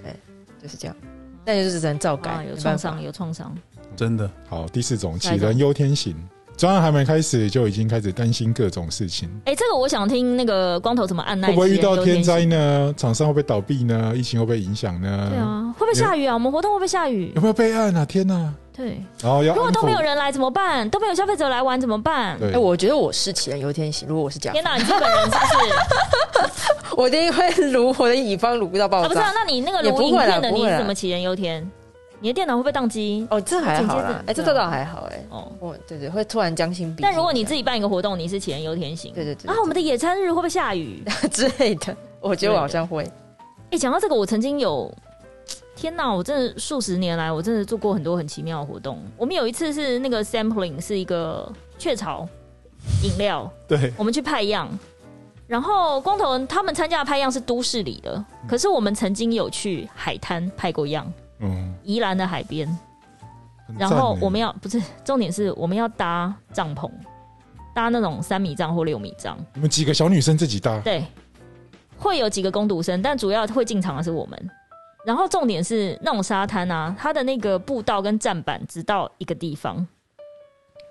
S3: 对，就是这样，那就是只能照改，
S2: 啊，有
S3: 没
S2: 创
S3: 办法
S2: 伤，。有创伤。
S1: 真的，
S4: 好，第四种，
S2: 下
S4: 杞
S2: 一种
S4: 人忧天型，专案还没开始就已经开始担心各种事情，
S2: 哎、这个我想听那个光头怎么按耐。啊
S4: 会不会遇到天
S2: 杞人忧
S4: 灾
S2: 天
S4: 呢？厂商会不会倒闭呢？疫情会不会影响呢？
S2: 对，啊，会不会下雨啊？我们活动会不会下雨
S4: 有？没有备案啊？天哪！
S2: 对，
S4: 然后要
S2: 如果都
S4: 安抚
S2: 没有人来怎么办？都没有消费者来玩怎么办？
S4: 对
S3: 哎，，我觉得我是杞人忧天型，如果我是甲
S2: 天
S3: 方，
S2: 哪，你这个人是不是？
S3: 我一定会如火的乙方如到
S2: 啊，
S3: 爆
S2: 不是啊
S3: 炸。，
S2: 那你那个
S3: 也
S2: 录
S3: 不
S2: 影
S3: 会啦
S2: 片的
S3: 不
S2: 你
S3: 会
S2: 是
S3: 啦
S2: 怎么杞人忧天？你的电脑会不会宕机？
S3: 哦，这还好
S2: 紧接
S3: 啦
S2: 着，
S3: 哎，这
S2: 对啊
S3: 这倒还好，哎，
S2: 哦，
S3: 我对对会突然将心比心。
S2: 但如果你自己办一个活动，你是杞人忧天型，
S3: 对对对
S2: 啊，我们的野餐日会不会下雨？
S3: 之类的，我觉得我好像会。
S2: 哎，讲到这个，我曾经有，天哪，我真的数十年来，我真的做过很多很奇妙的活动。我们有一次是那个 sampling 是一个雀巢饮料，
S1: 对，
S2: 我们去派样，然后光头他们参加的派样是都市里的，可是我们曾经有去海滩派过样，
S4: 嗯，
S2: 宜兰的海边。
S4: 很
S2: 然
S4: 赞
S2: 后
S4: 欸
S2: 我们要不是重点是我们要搭帐篷，搭那种三米帐或六米帐，
S4: 你们几个小女生自己搭，
S2: 对，会有几个攻读生，但主要会进场的是我们。然后重点是那种沙滩啊，它的那个步道跟站板只到一个地方，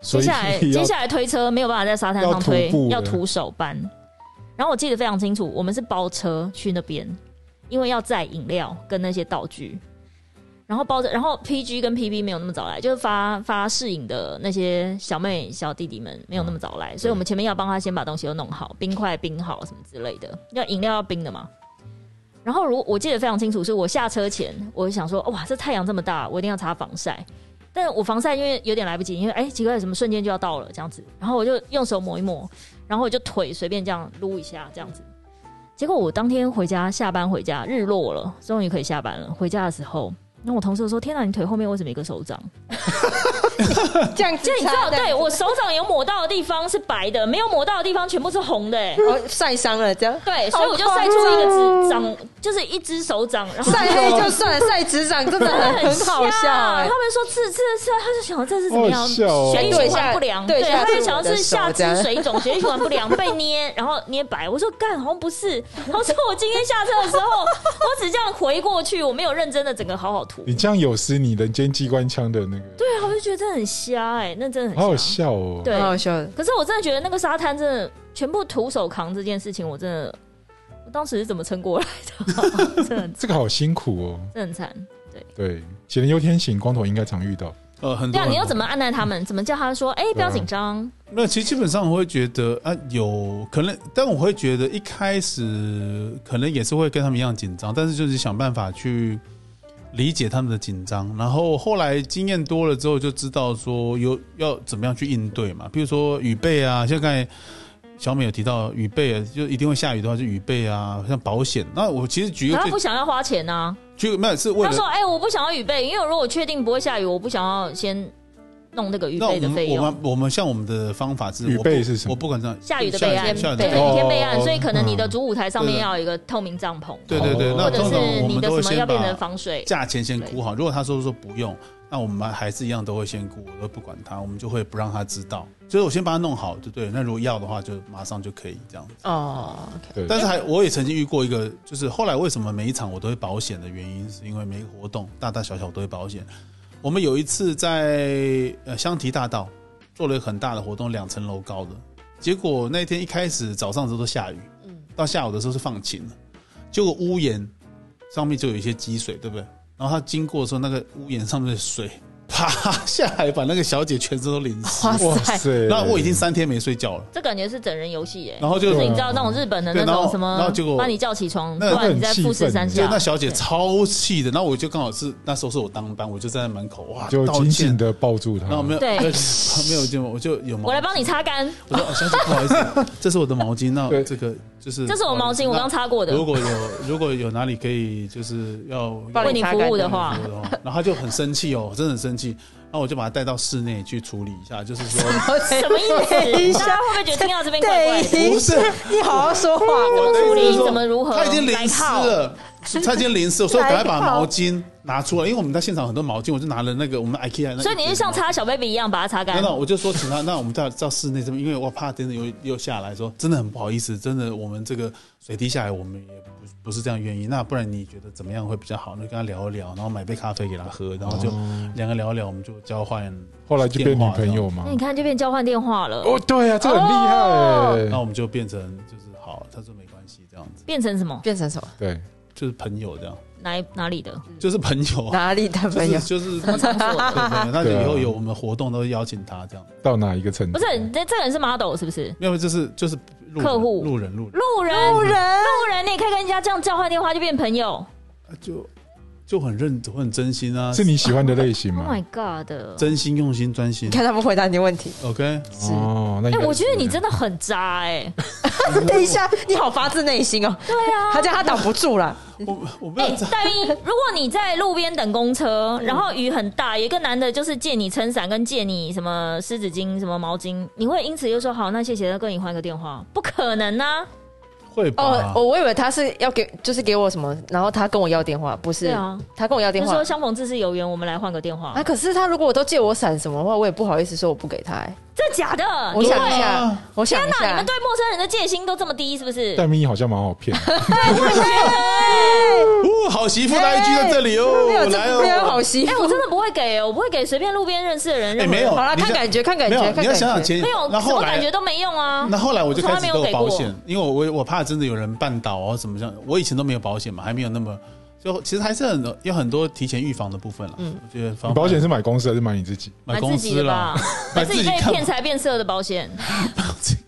S2: 接
S4: 所以
S2: 下来
S4: 要
S2: 接下来推车没有办法在沙滩
S4: 要
S2: 上
S4: 徒
S2: 推
S4: 步，
S2: 要
S4: 的
S2: 徒手搬。然后我记得非常清楚，我们是包车去那边，因为要载饮料跟那些道具，然后包着，然后 PG 跟 PB 没有那么早来，就是发发试影的那些小妹小弟弟们没有那么早来，所以我们前面要帮他先把东西都弄好，冰块冰好什么之类的，要饮料要冰的嘛。然后如我记得非常清楚，是我下车前，我想说，哇，这太阳这么大，我一定要擦防晒。但我防晒因为有点来不及，因为哎、奇怪，什么瞬间就要到了这样子，然后我就用手抹一抹，然后我就腿随便这样撸一下这样子。结果我当天回家，下班回家，日落了，终于可以下班了。回家的时候，那我同事就说：“天哪，你腿后面为什么有一个手 掌？”
S3: 这样
S2: 就你知道，对我手掌有抹到的地方是白的，没有抹到的地方全部是红 的、哎，
S3: 我哦晒伤了这样。
S2: 对，所以我就晒出一个指掌，就是一只手掌，然后
S3: 晒黑就算了，晒指掌
S2: 欸
S3: 真的很很好笑
S2: 他
S4: 哦
S3: 哎、
S2: 们说刺刺刺，他就想这是怎么样
S4: 好笑哦
S2: 血液
S3: 对
S2: 循
S3: 下
S2: 环不良，
S3: 对
S2: 对，
S3: 下
S2: 他
S3: 是
S2: 就
S3: 我
S2: 想要
S3: 的
S2: 是下
S3: 手这样
S2: 肢水肿，血液循环不良被捏，然后捏白。我说干，好像不是。然后说我今天下车的时候，我只这样回过去，我没有认真的整个好好涂。
S4: 你这样有失你人间机关枪的那个，
S2: 对啊，我就觉得真的很瞎哎、那真的很瞎。
S4: 好好笑哦。
S2: 对
S3: 蛮，好笑的。
S2: 可是我真的觉得那个沙滩真的全部徒手扛这件事情，我真的，我当时是怎么撑过来的？ 真的很
S4: 这个好辛苦哦。
S2: 真的很惨。
S4: 对，杞人忧天型，光头应该常遇到。
S1: 呃，很
S2: 对
S1: 多
S2: 啊，你要
S1: 很多
S2: 怎么按耐他们？怎么叫他说？哎、不要
S4: 对啊
S2: 紧张。
S1: 没有，其实基本上我会觉得啊，有可能，但我会觉得一开始可能也是会跟他们一样紧张，但是就是想办法去理解他们的紧张，然后后来经验多了之后就知道说有要怎么样去应对嘛，比如说雨备啊，像刚才小美有提到雨备，啊就一定会下雨的话就雨备啊，像保险。那我其实举一个
S2: 他
S1: 最
S2: 不想要花钱啊。
S1: 举个没有是为
S2: 他
S1: 了
S2: 说：“哎、我不想要雨备，因为如果我确定不会下雨，我不想要先弄那个雨
S1: 那我
S2: 备的费
S1: 们我
S2: 用。
S1: 们我们像我们的方法是
S4: 雨
S1: 我不
S4: 备是什么
S1: 我不管这样
S2: 下雨的备案，
S1: 下雨
S2: 对，
S1: 的
S4: 备案
S2: 每天备案，
S4: 哦
S2: 所以可能你的
S4: 嗯
S2: 主舞台上
S1: 对
S2: 面
S1: 的
S2: 要有一个透明帐篷，
S1: 对对嗯对，
S4: 哦
S1: 那
S2: 或者
S1: 通常
S2: 是
S1: 我
S2: 你
S1: 们
S2: 的
S1: 都会
S2: 什么要
S1: 先
S2: 变成
S1: 把
S2: 防水。
S1: 价钱先估好。如果他说说不用，那我们还是一样都会先估，我都不管他，我们就会不让他知道。所以我先帮他弄好，就对了。那如果要的话，就马上就可以这样。
S3: 哦，OK，
S4: 对，
S1: 但是还我也曾经遇过一个，就是后来为什么每一场我都会保险的原因，是因为每个活动大大小小都会保险。我们有一次在呃香堤大道做了一个很大的活动，两层楼高的，结果那天一开始早上的时候都下雨，
S3: 嗯
S1: 到下午的时候是放晴了，结果屋檐上面就有一些积水，对不对？然后它经过的时候，那个屋檐上面的水爬下来把那个小姐全身都淋 湿。
S3: 哇塞，
S4: 塞
S1: 那我已经三天没睡觉了，
S2: 这感觉是整人游戏耶。
S1: 然后就
S2: 就是
S4: 对啊
S2: 你知道那种日本的那
S1: 对然
S2: 种
S1: 后
S2: 什么
S1: 然后结果，
S2: 把你叫起床，不
S1: 那
S2: 然你再
S4: 那很
S2: 复
S4: 气
S2: 试
S4: 愤
S2: 三
S4: 你知
S1: 就
S2: 下
S4: 道。
S1: 那小姐超气的，那我就刚好是那时候是我当班，我就站在门口哇
S4: 就
S1: 啊道
S4: 紧紧
S1: 歉，
S4: 的抱住他
S1: 然。后没有
S2: 对
S1: 没有 没有见过，我就有毛
S2: 我来帮你擦干，
S1: 我说哦，小姐不好意思，这是我的毛巾，那
S4: 对
S1: 这个就是
S2: 这是我毛巾，我刚擦过
S1: 那
S2: 的。
S1: 如果有如果有哪里可以就是要
S3: 帮
S2: 为你服务的
S1: 要
S2: 话
S1: 帮，我的话然后他就很生气哦，真的很生气，然后我就把他带到室内去处理一下，就是说
S2: 什么意思？大家会不会觉得听到这边怪 怪的？
S1: 不是。
S3: 你好好说话。
S1: 我的
S2: 处
S1: 意思是
S2: 理
S1: 说
S2: 怎么如何？
S1: 他已经淋湿了，他已经淋湿了，所以我赶快把毛巾拿出来，因为我们在现场很多毛巾，我就拿了那个我们 IKEA 那一叠毛巾。
S2: 所以你就像擦小 baby 一样把它擦
S1: 没
S2: 干
S1: 有，。我就说请他， 那我们到到室内这边，因为我怕真的又又下来说，真的很不好意思，真的我们这个水滴下来，我们也不不是这样原因。那不然你觉得怎么样会比较好？那就跟他聊一聊，然后买杯
S4: 哦
S1: 咖啡给他喝，然后就两个聊一聊，我们就交换。
S4: 后来就变女朋友吗
S2: 那？你看就变交换电话了，
S4: 哦，对啊，这很厉害
S1: 那
S4: 欸。
S1: 我们就变成就是好，他说没关系这样子，
S2: 变成什么？
S3: 变成什么？
S4: 对，
S1: 就是朋友这样，
S2: 哪一哪里的？
S1: 就是朋友啊，
S3: 哪里的朋友？
S1: 就是就是
S2: 什么场所的？
S1: 对对对那就
S4: 对啊
S1: 以后有我们活动都会邀请他这样，
S4: 到哪一个程度？
S2: 不是，那这个人是 model 是不是？
S1: 因为就是就是路人
S2: 客户
S1: 路人路人
S2: 路人，路人，路人，你也可以跟人家这样交换电话就变朋友。
S1: 啊就就很认很真心啊，
S4: 是你喜欢的类型
S2: Oh
S4: 吗
S2: my？god！
S1: 真心用心专心
S3: 你看他们回答你的问题。
S1: ，OK。
S4: 哦，那应
S2: 哎、
S4: 该
S2: 我觉得
S4: 是
S2: 你真的很渣哎、
S3: 等一下，你好发自内心哦。
S2: 对 啊，
S3: 他叫他挡不住了，
S1: 我我不
S2: 哎、
S1: 要这样
S2: 戴玉，如果你在路边等公车，然后雨很大，有一个男的就是借你撑伞，跟借你什么湿纸巾、什么毛巾，你会因此就说好，那谢谢，那跟你换个电话？不可能啊！
S1: 会
S3: 哦
S1: 吧，？
S3: 我我以为他是要给，就是给我什么，然后他跟我要电话，不是？
S2: 对啊，
S3: 他跟我要
S2: 就
S3: 电
S2: 是
S3: 话
S2: 说。相逢自是有缘，我们来换个电话，
S3: 啊，可是他如果我都借我伞什么的话，我也不好意思说我不给他、欸。
S2: 真的假的？
S3: 我
S2: 你
S3: 想
S2: 会
S3: 一
S1: 对
S3: 下
S1: 啊，
S3: 我想一
S2: 那你
S3: 下
S2: 们，对陌生人的戒心都这么低，是不是？
S4: 戴咪好像蛮好骗的，
S1: 哦，好媳妇的 IG 在这里
S3: 哎没有
S1: 哦，来
S3: 这没有好
S1: 哦。
S3: 媳
S2: 哎、
S3: 妇。
S2: 我真的不会给哦，我不会给随便路边认识的人任
S1: 哎，
S2: 何
S1: 没有，
S3: 好啦
S1: 你
S3: 看
S1: 想
S3: 感觉看感
S1: 没
S3: 觉
S1: 有
S3: 看感觉
S1: 你要想想，其实
S2: 没有
S1: 那
S2: 什
S1: 后
S2: 么感觉
S1: 来，
S2: 都没用啊。
S1: 那后来我就开始都有保
S2: 我从来没有
S1: 险，因为我我我怕真的有人绊倒啊怎么样，我以前都没有保险嘛，还没有那么，就其实还是很有很多提前预防的部分了。嗯，我觉得防
S4: 你保险是买公司还是买你自己？
S1: 买
S2: 自
S1: 公
S2: 己
S1: 司
S2: 的
S1: 啦
S2: 吧，，买
S1: 买
S2: 自
S1: 自
S2: 己
S1: 己
S2: 被
S1: 干嘛
S2: 骗财变色的保险，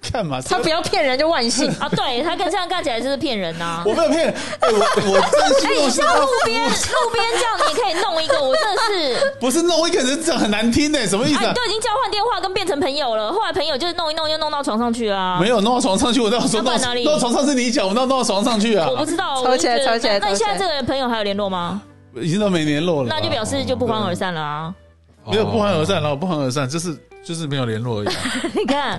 S1: 干嘛？
S3: 他不要骗人就万 幸
S2: 啊！对他跟这样干起来就是骗人呐、
S1: 我没有骗，哎我 我真心用心
S2: 像路边路边这样，你也可以弄一个，我真的是，
S1: 不是弄一个人讲很难听的，什么意思
S2: 哎，
S1: 啊
S2: 你？都已经交换电话跟变成朋友了，后来朋友就是弄一弄就弄到床上去啊。
S1: 没有弄到床上去，我到
S2: 要
S1: 说
S2: 不
S1: 到
S2: 然哪里
S1: 弄到床上是你讲，我弄到床上去啊，
S2: 我不知道，
S3: 吵起来
S2: 我就觉得
S3: 吵起来
S2: 那那你
S3: 吵起
S2: 现
S3: 来
S2: 在这个朋友还有联络吗？
S1: 已经都没联络了吧。
S2: 那就表示就不欢而散了啊！
S1: 没有不欢
S4: 哦
S1: 而散，然后不欢而散，就是就是没有联络而已啊。
S2: 你看，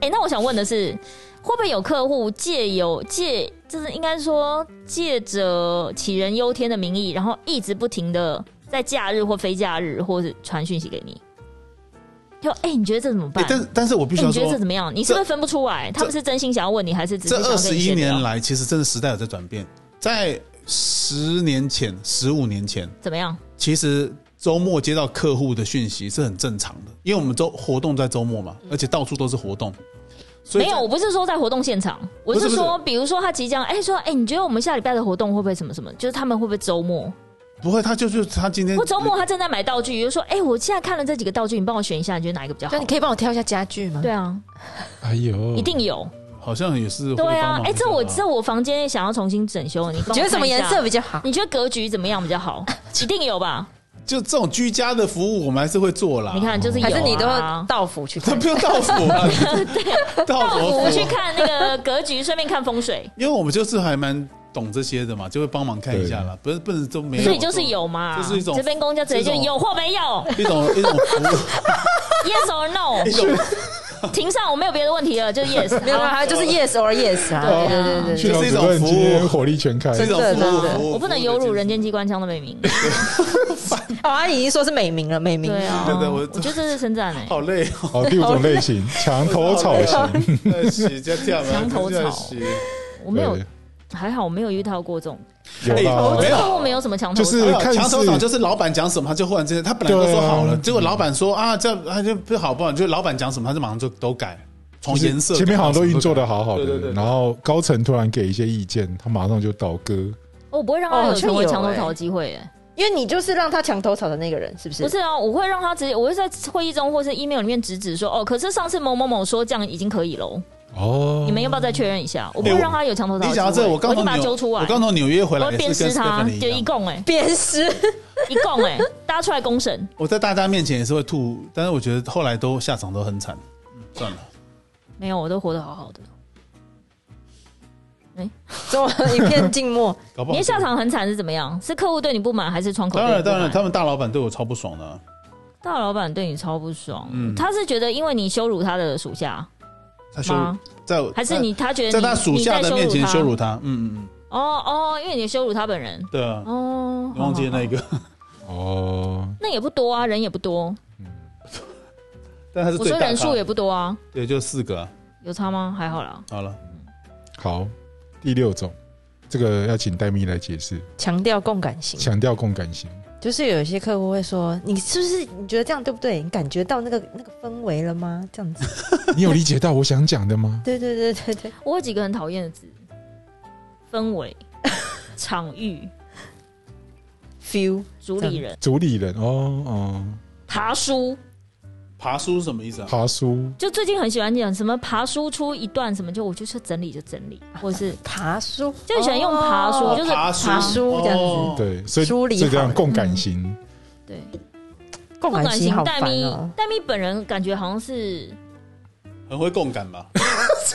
S2: 哎，那我想问的是，会不会有客户借由借，就是应该说借着杞人忧天的名义，然后一直不停的在假日或非假日，或是传讯息给你？就哎、你觉得这怎么办？
S1: 哎但但是我必须
S2: 哎
S1: 要
S2: 你觉得
S1: 说
S2: 这，怎么样？你是不是分不出来？他们是真心想要问你，还是只是
S1: 这
S2: 想
S1: 二
S2: 跟
S1: 十
S2: 你
S1: 一
S2: 闲聊
S1: 年来，其实真的时代有在转变。在十年前、十五年前，
S2: 怎么样？
S1: 其实周末接到客户的讯息是很正常的，因为我们周活动在周末嘛，而且到处都是活动，所以
S2: 没有，我不是说在活动现场，我
S1: 不是
S2: 是
S1: 不是
S2: 说，比如说他即将，哎、说，哎、你觉得我们下礼拜的活动会不会什么什么？就是他们会不会周末？
S1: 不会，他就是他今天
S2: 或周末他正在买道具，就说，哎、我现在看了这几个道具，你帮我选一下，你觉得哪一个比较好？
S3: 就你可以帮我挑一下家具吗？
S2: 对，啊，
S4: 哎呦，
S2: 一定有。
S1: 好像也是会
S2: 对
S1: 嗯帮
S2: 啊
S1: 忙，
S2: 哎、这我
S1: 的啊
S2: 这我房间也想要重新整修，你帮我
S3: 觉得什么
S2: 看一
S3: 颜
S2: 下
S3: 色？比较好？
S2: 你觉得格局怎么样比较 好？一定有吧？
S1: 就这种居家的服务，我们还是会做啦。
S2: 你看，就是有、啊。
S3: 还是你都到府去
S1: 这
S3: 看？
S1: 不用到府啊， 到府
S2: 我
S1: 府
S2: 们去看那个格局，顺便看风水，
S1: 因为我们就是还蛮懂这些的嘛，就会帮忙看一下啦，不是不能都没有，
S2: 所以就是有嘛。
S1: 这是一种
S2: 这边公家直接就
S1: 这种
S2: 有或 没有
S1: 一种一种服务，
S2: ，yes or
S1: 一
S2: no。
S1: 种
S2: 庭上我没有别的问题了，就 yes。
S3: 没有啊，他就是 yes or yes 啊。对对对对
S4: 去老
S1: 这
S4: 主
S1: 是一种
S4: 任
S1: 服务
S4: 今天火力全开，
S1: 是一种服务
S3: 真的
S1: 服务，
S2: 我不能
S1: 服务
S2: 有辱
S1: 的
S2: 人间机关枪的美名。
S3: 哦，他已经说是美名了，美名。
S2: 对啊，
S1: 对对
S2: 我
S1: 我
S2: 觉得这是称赞哎
S1: 精神，。好累哦，
S4: 好，第五种类型，墙头草 型，
S1: 在洗在这样啊
S2: 墙头草
S1: 在洗
S2: 我没有，
S4: 对
S2: 还好我没有遇到过这种，
S1: 哎
S4: 有
S2: 我
S1: 没
S2: 的
S1: 有
S4: 啦，
S2: 客户没有什么墙头
S4: 就是
S2: 草哦
S1: 没有
S4: 看似
S1: 啊墙头草就是老板讲什么他就忽然之间，他本来都说好了，
S4: 对啊
S1: 结果老板说啊这他就不好不好，就老板讲什么他就马上就都改，从
S4: 就是
S1: 颜色
S4: 前面好像都运作
S1: 的
S4: 的好好
S1: 对对对
S4: 的，
S1: 对
S4: 然后高层突然给一些意见，他马上就倒戈，
S2: 我不会让他有
S3: 哦
S2: 成为
S3: 好像有
S2: 墙头草的机会哎。
S3: 因为你就是让他墙头草的那个人，是不是？
S2: 不是啊，我会让他直接，我会在会议中或是 email 里面直指说，哦，可是上次某某某说这样已经可以喽，
S4: 哦，
S2: 你们要不要再确认一下？我不
S1: 哎
S2: 会
S1: 我
S2: 让他有墙头草的
S1: 你
S2: 机会。
S1: 讲到这，我刚
S2: 我
S1: 从
S2: 就把他
S1: 纽
S2: 揪出来，
S1: 我刚从纽约回来
S2: 我会
S1: 也
S2: 鞭
S1: 是跟
S2: 尸
S1: s t
S2: 他
S1: e，p
S2: 就一
S1: 一样，
S2: 共哎，
S3: 鞭尸，
S2: 一共哎，大家出来公审，
S1: 我在大家面前也是会吐，但是我觉得后来都下场都很惨，嗯算了。
S2: 没有，我都活得好好的。
S3: 怎么一片静默？
S1: 搞不好
S2: 你的下场很惨是怎么样？是客户对你不满，还是窗口对
S1: 当
S2: 你
S1: 然
S2: 不满？
S1: 当然，他们大老板对我超不爽的啊、
S2: 大老板对你超不爽，
S1: 嗯
S2: 他是觉得因为你羞辱他的属下
S1: 他羞
S2: 吗？
S1: 在我
S2: 还是你他觉得
S1: 在
S2: 你
S1: 他属
S2: 你在
S1: 下的
S2: 羞
S1: 面
S2: 辱
S1: 前
S2: 他
S1: 羞辱他，嗯嗯嗯，
S2: 哦哦，因为你羞辱他本人
S1: 对啊，
S2: 哦，
S1: 你忘记
S2: 好好
S1: 那
S2: 好
S1: 个，
S4: 哦，嗯
S2: 那也不多啊，人也不多，
S1: 但他是
S2: 我
S1: 最
S2: 说
S1: 大咖
S2: 人数也不多啊，
S1: 对，就四个啊，
S2: 有差吗？还好啦，
S1: 好了，
S4: 好，第六种，这个要请戴咪来解释，
S3: 强调共感型，
S4: 强调共感型。
S3: 就是有一些客户会说，你是不是你觉得这样对不对？你感觉到那个那个氛围了吗？这样子，
S4: 你有理解到我想讲的吗？
S3: 对对对对对，
S2: 我有几个很讨厌的字，氛围、 场域、
S3: feel
S2: 主理人、
S4: 主理人哦哦，
S2: 爬书，
S1: 爬书是什么意思啊？
S4: 爬书
S2: 就最近很喜欢讲什么爬书出一段什么，就我就说整理就整理，或是
S3: 爬书，
S2: 就很喜欢用爬书，
S3: 哦
S2: 就是
S1: 爬书
S2: 爬
S3: 书这样子
S1: 哦
S4: 对，所以
S3: 梳理好
S4: 所以这样共感型，
S2: 对。
S3: 共
S2: 不
S3: 感
S2: 敢
S3: 型
S2: 型
S3: 好
S2: 戴
S3: 烦
S2: 咪
S3: 哦。，
S2: 戴咪本人感觉好像是
S1: 很会共感吧？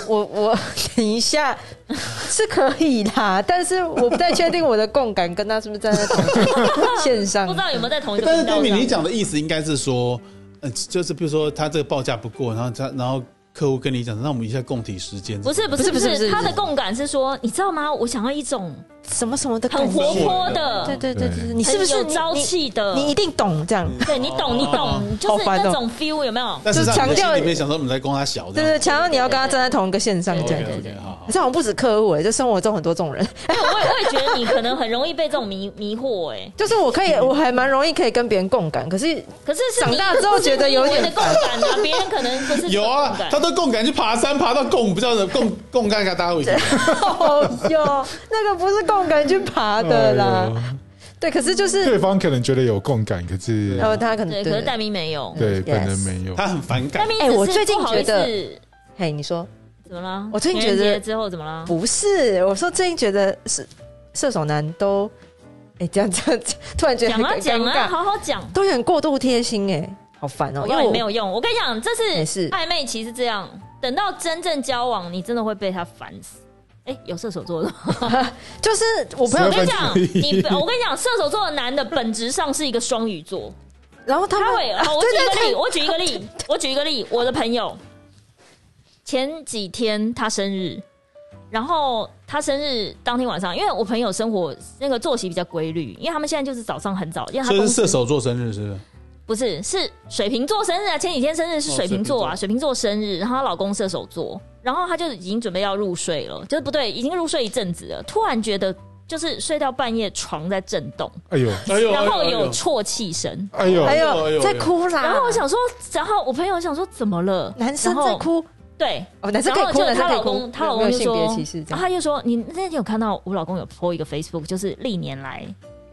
S3: 我我 等一下是可以啦，但是我不太确定我的共感跟他是不是站在同一线上
S2: 不知。道有没有在同一个
S1: 哎但是
S2: 频
S1: 对
S2: 道
S1: 米你
S2: 上。
S1: 讲的意思应该是说，呃，就是比如说他这个报价不过，然后他然后客户跟你讲，那我们一下共体时间，
S2: 不是不是
S3: 不是不是
S2: 他
S3: 不是
S2: 的共感是说，你知道吗？我想要一种
S3: 什么什么的
S2: 很
S3: 共
S2: 活
S3: 感，
S2: 泼
S3: 对
S2: 的，
S3: 对对对，
S4: 对
S3: 对你是不是
S2: 很有
S3: 你
S2: 朝气的？
S3: 你你一定懂这样。
S2: 对你懂你
S1: 哦
S2: 懂，就是那种 feel 有没有？
S1: 但是
S3: 就强调
S1: 你面想说我们在供他小，
S3: 对对，强调你要跟他站在同一个线上
S2: 对
S3: 这样
S2: 对。
S1: o
S2: 对
S1: k 好好
S3: 可。是好像不止客户哎、就生活中很多这种人，
S2: 对我也我也觉得你可能很容易被这种迷迷惑哎，
S3: 就是我可以，我还蛮容易可以跟别人共感，可是
S2: 可是是
S3: 长
S2: 你
S3: 大之后觉得有点
S2: 你的共感啊，别人可能不是这
S1: 有
S2: 种
S1: 啊
S2: 共，感
S1: 他都共感去爬山，爬到共不知道怎么共共干干，大家会觉得
S3: 哦哟，那个不是共感去爬
S2: 嗯
S3: 的啦。
S4: 哎呦
S3: 对，可是就是
S4: 对方可能觉得有共感，可是
S2: 嗯
S3: 然后他可能
S2: 对，可是戴咪没有，
S4: 对
S3: Yes
S4: 本人没有。
S1: 他很反
S2: 戴
S1: 感。
S2: 咪
S3: 哎我
S2: 只是
S3: 最近
S2: 不好意
S3: 觉得
S2: 思
S3: 嘿，你说
S2: 怎么啦？
S3: 我最近
S2: 情人
S3: 觉得
S2: 节之后怎么啦？
S3: 不是？我说最近觉得是射手男都哎这样这样，突然觉得
S2: 讲
S3: 很
S2: 啊讲
S3: 尴
S2: 啊，
S3: 尬，
S2: 好好讲。
S3: 都有点过度贴心哎，好烦哦
S2: 我，
S3: 因
S2: 告诉
S3: 为
S2: 你
S3: 我
S2: 没有用，我跟你讲，这是
S3: 没事
S2: 暧昧期是这样，等到真正交往，你真的会被他烦死。哎，有射手座的吗，
S3: 就是我朋
S2: 我
S3: 友，
S2: 跟你讲，
S4: 分之一
S2: 你我跟你讲，射手座的男的本质上是一个双鱼座，
S3: 然后他
S2: 他
S3: 们
S2: 会，哦
S3: 啊
S2: 好我举
S3: 对
S2: 一个
S3: 对
S2: 例，
S3: 对，
S2: 我举一个例，我举一个例，我的朋友前几天他生日，然后他生日当天晚上，因为我朋友生活那个作息比较规律，因为他们现在就是早上很早，因为他
S1: 所以
S2: 公
S1: 是
S2: 司
S1: 射手座生日是不是？
S2: 不是，是水瓶座生日啊！前几天生日是水瓶座啊，
S1: 哦
S2: 水瓶座生日，然后她老公射手座，然后她就已经准备要入睡了，就是不对，已经入睡一阵子了，突然觉得就是睡到半夜床在震动，
S4: 哎呦
S1: 哎呦
S2: 然后有啜泣声，
S4: 哎呦
S3: 还
S1: 哎呦哎呦
S3: 有在哭啦，
S2: 然后我想说，然后我朋友想说怎么了？
S3: 啊男生
S2: 然
S3: 在
S2: 后，
S3: 哭，
S2: 对，
S3: 哦，男生可
S2: 然后
S3: 以哭，
S2: 就
S3: 男生
S2: 她
S3: 可以
S2: 老
S3: 哭，
S2: 公，她老
S3: 没
S2: 公
S3: 有
S2: 就
S3: 性
S2: 说
S3: 别歧视，
S2: 然
S3: 这样
S2: 后他就说：“你那天有看到我老公有 po 一个 Facebook，就是历年来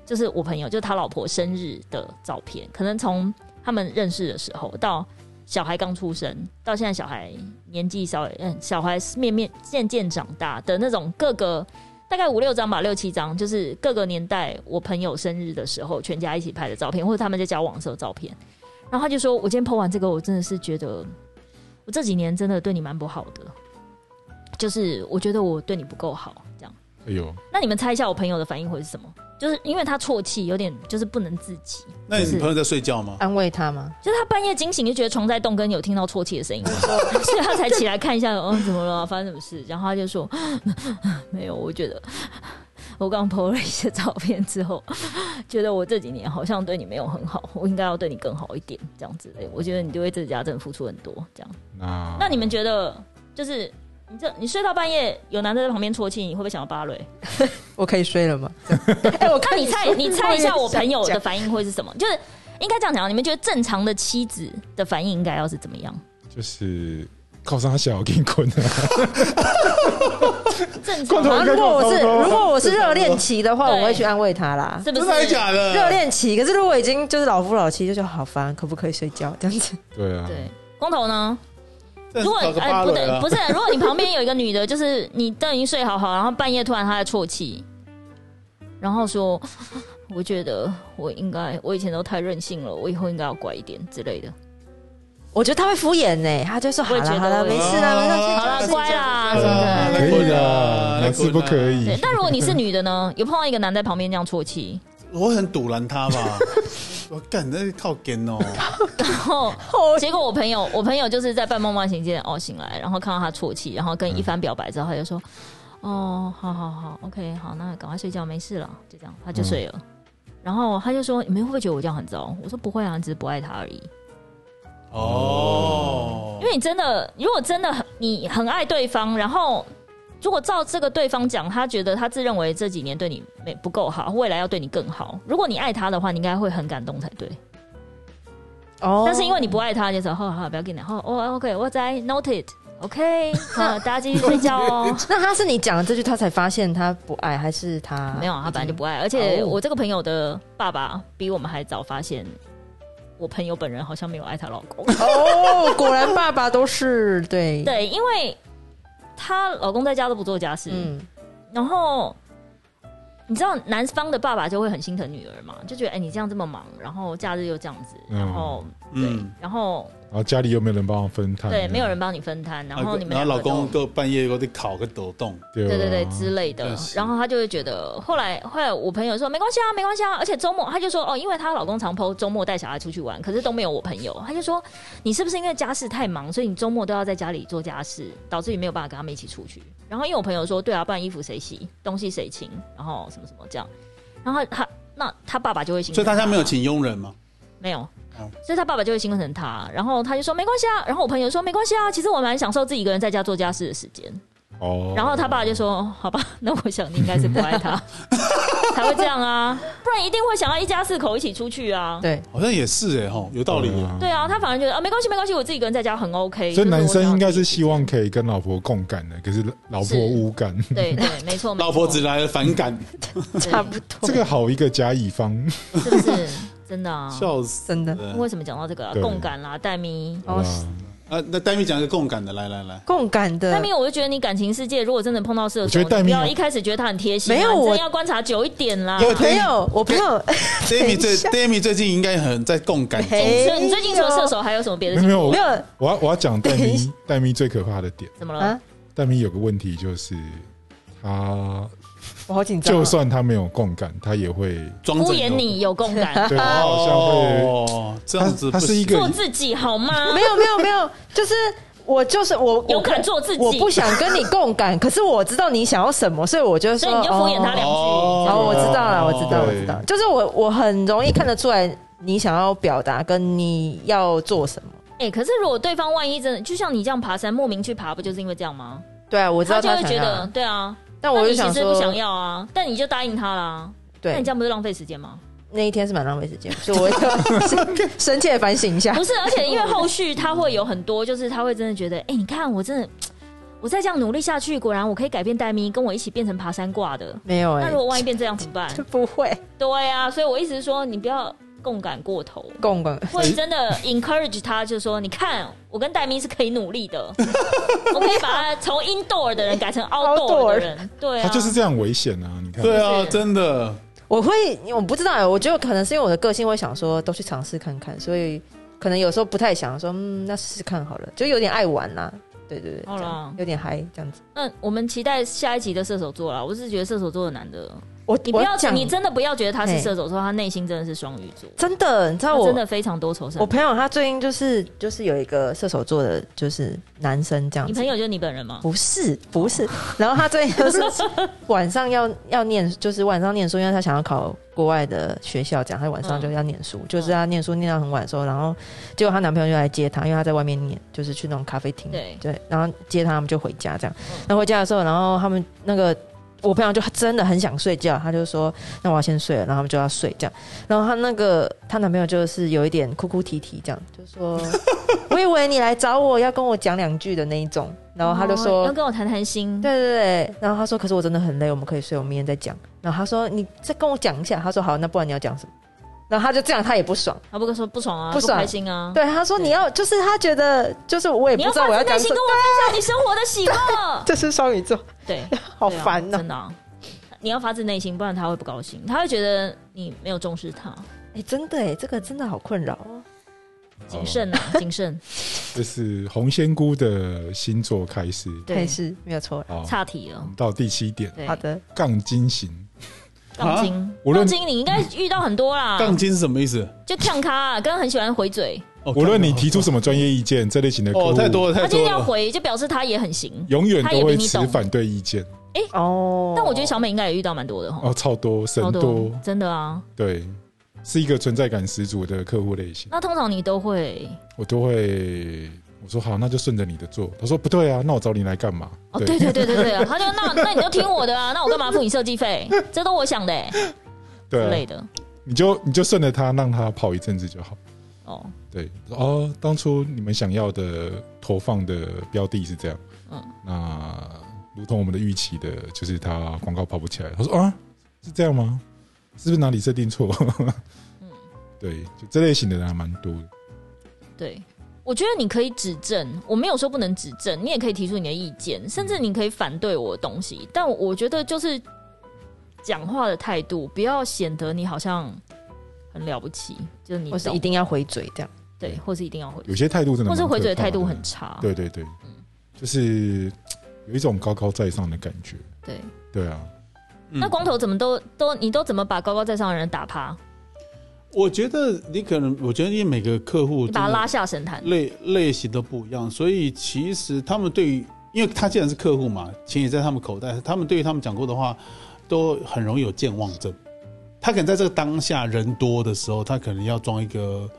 S2: 就是我朋友就是他老婆生日的照片，可能从他们认识的时候到小孩刚出生，到现在小孩年纪稍微嗯，小孩面面渐渐长大的那种各个大概五六张吧，六七张，就是各个年代我朋友生日的时候全家一起拍的照片，或者他们在交往的时候的照片。然后他就说：我今天 po 完这个，我真的是觉得我这几年真的对你蛮不好的。”就是我觉得我对你不够好，这样。
S4: 哎呦，
S2: 那你们猜一下我朋友的反应会是什么？就是因为他啜泣，有点就是不能自己，
S1: 那你朋友在睡觉吗？
S3: 安慰他吗？
S2: 就是他半夜惊醒就觉得床在动，跟有听到啜泣的声音， 所以他才起来看一下，哦，怎么了？发生什么事？然后他就说， 没有，我觉得我刚 po 了一些照片之后，觉得我这几年好像对你没有很好，我应该要对你更好一点，这样子类。我觉得你对这家真的付出很多，这样。
S4: 那
S2: 那你们觉得，就是你这你睡到半夜有男的在旁边啜泣，你会不会想要芭蕾？
S3: 我可以睡了吗？哎，
S2: 那
S3: 我看
S2: 你猜，
S3: 说
S2: 你猜一下我
S3: 也想
S2: 朋友的
S3: 讲
S2: 反应会是什么？就是应该这样讲，你们觉得正常的妻子的反应应该要是怎么样？
S4: 就是靠山小，我给你滚 啊！
S2: 正
S4: 罐
S2: 常
S3: 然后如
S4: 头应该跟
S3: 果
S4: 我
S3: 我是
S4: 差不多
S3: 如果我是热恋期的话，
S2: 对
S3: 我会去安慰他啦。
S2: 是不
S1: 真的还
S2: 是？
S1: 假的？
S3: 热恋期，可是如果已经就是老夫老妻，就觉得好烦，可不可以睡觉这样子？
S4: 对啊，
S2: 对，光头呢？
S1: 这
S2: 如果
S1: 找个
S2: 哎、
S1: 八
S2: 不
S1: 轮
S2: 对，
S1: 啊
S2: 不是，如果你旁边有一个女的，就是你都已经睡好好，然后半夜突然她在啜泣，然后说：“ 我觉得我应该，我以前都太任性了，我以后应该要乖一点之类的。
S3: 我觉得他会敷衍呢、欸他就说
S2: 我
S3: 好
S2: 也
S3: 了
S2: 觉
S3: 好
S2: 得
S3: 了，
S2: 我也
S3: 没
S2: 觉
S3: 事
S1: 得
S3: 啦，没事啦，
S2: 好啦
S3: 睡觉
S2: 乖啦
S3: 睡觉
S2: 什么的
S3: 睡觉
S4: 可以
S1: 啊
S4: 的，哪次不可”以
S2: 对，？那如果你是女的呢？有碰到一个男在旁边这样啜泣，
S1: 我会很堵拦他吧。我干，那是靠肩哦，
S2: 然后结果我朋友， 我朋友就是在半梦半醒间哦醒来，然后看到他啜泣，然后跟一番表白之后，他就说：“哦，好好好，OK，好，那赶快睡觉，没事了。”就这样，他就睡了。然后他就说：“你们会不会觉得我这样很糟？”我说：“不会啊，你只是不爱他而已。
S1: 哦
S2: 因，为你真的，如果真的很你很爱对方，然后如果照这个对方讲，他觉得他自认为这几年对你没不够好，未来要对你更好。如果你爱他的话，你应该会很感动才对。
S3: 哦
S2: 但是因为你不爱他，你就说好好不要跟你好哦，OK，我在 noted。OK，好， 大家继续睡觉哦。
S3: 那他是你讲了这句，他才发现他不爱，还是他
S2: 没有，啊他本来就不爱，而且
S3: 哦
S2: 我这个朋友的爸爸比我们还早发现，我朋友本人好像没有爱她老公。
S3: 哦，果然爸爸都是 对，
S2: 对，因为她老公在家都不做家事，
S3: 嗯，
S2: 然后你知道男方的爸爸就会很心疼女儿嘛，就觉得哎、你这样这么忙，然后假日又这样子，然后、
S1: 嗯，
S2: 然后
S4: 然后家里有没有人帮我分摊？
S2: 对，没有人帮你分摊，然后你们
S1: 啊然后
S2: 两
S1: 老
S2: 个都
S1: 公够半夜给我得烤个抖动，
S4: 对啊，
S2: 对对对之类的
S1: 确，实
S2: 然后她就会觉得，哦后来后来我朋友说没关系啊，没关系啊，而且周末她就说哦，因为她老公常 PO 周末带小孩出去玩，可是都没有我朋友，她就说你是不是因为家事太忙，所以你周末都要在家里做家事，导致你没有办法跟他们一起出去。然后因为我朋友说对啊，不然衣服谁洗，东西谁清，然后什么什么这样，然后他那他爸爸就会心疼，
S1: 所以大家没有请佣人嘛？
S2: 没有
S1: 哦。
S2: 所以他爸爸就会心疼他，然后他就说没关系啊，然后我朋友说没关系啊，其实我蛮享受自己一个人在家做家事的时间。
S4: 哦。
S2: 然后他爸就说：“好吧，那我想你应该是不爱 他，才会这样啊，不然一定会想要一家四口一起出去啊。
S3: 对，
S1: 好像也是哎吼，有道理耶。
S4: 对啊”
S2: 对啊，他反而觉得啊，没关系，没关系，我自己一个人在家很 OK。
S4: 所以男生应该是
S2: 希
S4: 希望可以跟老婆共感的，可是老婆无感。
S2: 对对，没错，没错
S1: 老婆只来了反感，
S3: 差不多，
S4: 这个好一个甲乙方，
S2: 对是不是真的啊？
S1: 笑死
S3: 哦真的
S1: 了。
S2: 为什么讲到这个啊
S4: 对
S2: 共感啦，戴咪？
S4: 好
S3: 哦
S4: 吧，
S1: 啊，那戴咪讲一个共感的，来来来，
S3: 共感
S2: 戴
S3: 的
S2: 咪，。我就觉得你感情世界如果真的碰到射
S4: 我觉
S2: 手，
S4: 得戴
S2: 你
S4: 咪
S2: 不要
S4: 啊
S2: 一开始觉得他很贴心啊，
S3: 没有
S2: 你真
S3: 我
S2: 的要观察久一点啦。
S1: 因为
S3: 没有，我朋友
S1: Demi 最
S3: 下
S1: Demi 最近应该很在共感中，
S3: 嘿
S2: 所以你最近除了射手还有什么别的
S4: 没有
S2: 星
S4: 没
S2: 座？
S4: 有
S3: 没有，
S4: 我要我要讲戴
S3: 等一
S4: 咪戴咪最可怕的点，
S2: 怎么了
S3: 啊？
S4: 戴咪有个问题就是，他
S3: 我好紧张哦。
S4: 就算他没有共感，他也会
S1: 装着
S2: 敷衍你有共 感，
S4: 对他好像会，
S1: 哦，这样子
S4: 他
S1: 不
S4: 是一
S1: 行。
S4: 个
S2: 做自己好吗？
S3: 没有没有没有，就是我就是我，
S2: 勇
S3: 我可
S2: 敢做自己
S3: 我不想跟你共感， 可是我知道你想要什么，所以我就
S2: 所
S3: 说，
S2: 以你就敷衍他两句。
S1: 哦
S3: 哦，我知道了，我知道，
S4: 对
S3: 我知道，就是我我很容易看得出来你想要表达跟你要做什么。
S2: 哎、可是如果对方万一真的就像你这样爬山，莫名去爬，不就是因为这样吗？
S3: 对啊，我知道
S2: 就会
S3: 想
S2: 觉
S3: 要
S2: 得，
S3: 啊，
S2: 对啊，
S3: 但我
S2: 那
S3: 就
S2: 你其
S3: 想
S2: 实
S3: 说，
S2: 不想要啊，但你就答应他啦，那
S3: 对
S2: 你这，样不是浪费时间吗？
S3: 那一天是蛮浪费时间，所以我要 深深切地反省 一下
S2: 不。是，而且因为后续他会有很多，就是他会真的觉得，哎、你看我真的，我再这样努力下去，果然我可以改变戴咪，跟我一起变成爬山挂的。
S3: 没有
S2: 那
S3: 哎
S2: 如，果万一变这样怎么办？
S3: 就不会
S2: 对啊，所以我意思是说，你不要共感过头。
S3: 共感。
S2: 会真 的 encourage 他，就是说，你看我跟戴咪是可以努力的， 我可以把他从 indoor 的人改成 outdoor 的人，对啊，
S4: 他就是这样危险啊！你看，
S1: 对啊，
S2: 是
S1: 真的，
S3: 我会，我不知道哎，我觉得可能是因为我的个性会想说都去尝试看看，所以可能有时候不太想说，嗯，那试试看好了，就有点爱玩啦。对对对，
S2: 好啦
S3: 这样有点嗨这样子。
S2: 那嗯我们期待下一集的射手座啦。我是觉得射手座的男的，
S3: 我
S2: 你不
S3: 我
S2: 要
S3: 讲，
S2: 你真的不要觉得他是射手座，他内心真的是双鱼座，
S3: 真的，你知道
S2: 他
S3: 我
S2: 真的非常多愁善
S3: 我
S2: 感。
S3: 朋友他最近就是就是有一个射手座的，就是男生这样
S2: 你
S3: 子。
S2: 朋友就是你本人吗？哦
S3: 不是不是，然后他最近就是晚上要要念，就是晚上念书，因为他想要考国外的学校，这样他晚上
S2: 嗯
S3: 就要念书，就是他念书念到很晚的时候，然后结果她男朋友就来接她，因为她在外面念，就是去那种咖啡厅，
S2: 对
S3: 然后接她他们就回家这样，那回家的时候，然后他们那个我朋友就真的很想睡觉，他就说那我要先睡了，然后他们就要睡这样。然后她那个她男朋友就是有一点哭哭啼啼这样，就 说我以为你来找我要跟我讲两句的那一种，然后他就说、
S2: 哦要跟我谈谈心，
S3: 对对对，然后他说：“可是我真的很累，我们可以睡，我明天再讲。”然后他说：“你再跟我讲一下。”他说：“好，那不然你要讲什 么？”然后他就这样，他也不爽。
S2: 他不跟说不爽啊，
S3: 不爽
S2: 开心啊。
S3: 对，他说：“你要就是他觉得就是我也不
S2: 你要
S3: 知道
S2: 发
S3: 我要
S2: 自内
S3: 讲
S2: 心
S3: 什
S2: 跟
S3: 么。
S2: 我，分享你生活的喜乐
S3: 这是双鱼座，
S2: 对，
S3: 好烦
S2: 对啊
S3: 呐、
S2: 真的啊。你要发自内心，不然他会不高兴，他会觉得你没有重视他。
S3: 哎、真的哎，这个真的好困扰哦。
S2: 谨慎啊，谨慎。
S4: 这是红仙姑的星座开始。
S2: 对，
S3: 是没有错。
S4: 好，
S2: 岔题
S4: 我
S2: 了
S4: 们。到第七点，
S2: 对，
S3: 好，的，
S4: 杠精型。
S2: 杠精，
S4: 无
S2: 杠
S4: 论
S2: 精你应该遇到很多
S3: 啊
S2: 啦，
S1: 杠精是什么意思？
S2: 就呛咖啊，跟很喜欢回嘴，
S1: 哦
S4: 无论你提出什么专业意见，这类型的客
S1: 哦，
S4: 户
S1: 太多了，
S2: 他
S1: 太
S2: 就
S1: 多
S2: 是要
S1: 了。
S2: 回，就表示他也很行。
S4: 永远
S2: 他也
S4: 都
S2: 比
S4: 会
S2: 你
S4: 持
S2: 懂
S4: 反对意见。
S3: 哦
S2: 但我觉得小美应该也遇到蛮多的哈，
S4: 哦，超多神
S2: 好
S4: 多，
S2: 真的啊。
S4: 对，是一个存在感十足的客户类型。
S2: 那通常你都会
S4: 我都会我说好，那就顺着你的做。他说不对啊，那我找你来干嘛？
S2: 哦，对对对对对啊，他就那那你就听我的啊，那我干嘛付你设计费？这都我想的欸之
S4: 对
S2: 类
S4: 啊，
S2: 的
S4: 你就你就顺着他，让他跑一阵子就好。
S2: 哦，
S4: 对，哦，当初你们想要的投放的标的是这样，嗯
S2: 嗯，
S4: 那如同我们的预期的，就是他广告跑不起来。他说啊，是这样吗？是不是哪里设定错？
S2: 嗯
S4: 对，就这类型的人还蛮多的。
S2: 对，我觉得你可以指正，我没有说不能指正，你也可以提出你的意见，甚至你可以反对我的东西。但我觉得就是讲话的态度，不要显得你好像很了不起，就是你
S3: 我是
S2: 懂
S3: 一定要回嘴这样。
S2: 对，或是一定要回
S4: 有，些态度真的
S2: 或
S4: 蛮可
S2: 是
S4: 怕的，
S2: 回嘴的态度很差。
S4: 对对对，
S2: 嗯
S4: 就是有一种高高在上的感觉。
S2: 对
S4: 对啊，
S1: 嗯
S2: 那光头怎么都都你都怎么把高高在上的人打趴？
S1: 我觉得你可能，我觉得因为每个客户
S2: 你把他
S1: 真的
S2: 拉下神坛？
S1: 类类型都不一样，所以其实他们对于，因为他既然是客户嘛，钱也在他们口袋，他们对于他们讲过的话，都很容易有健忘症。他可能在这个当下人多的时候，他可能要装一个，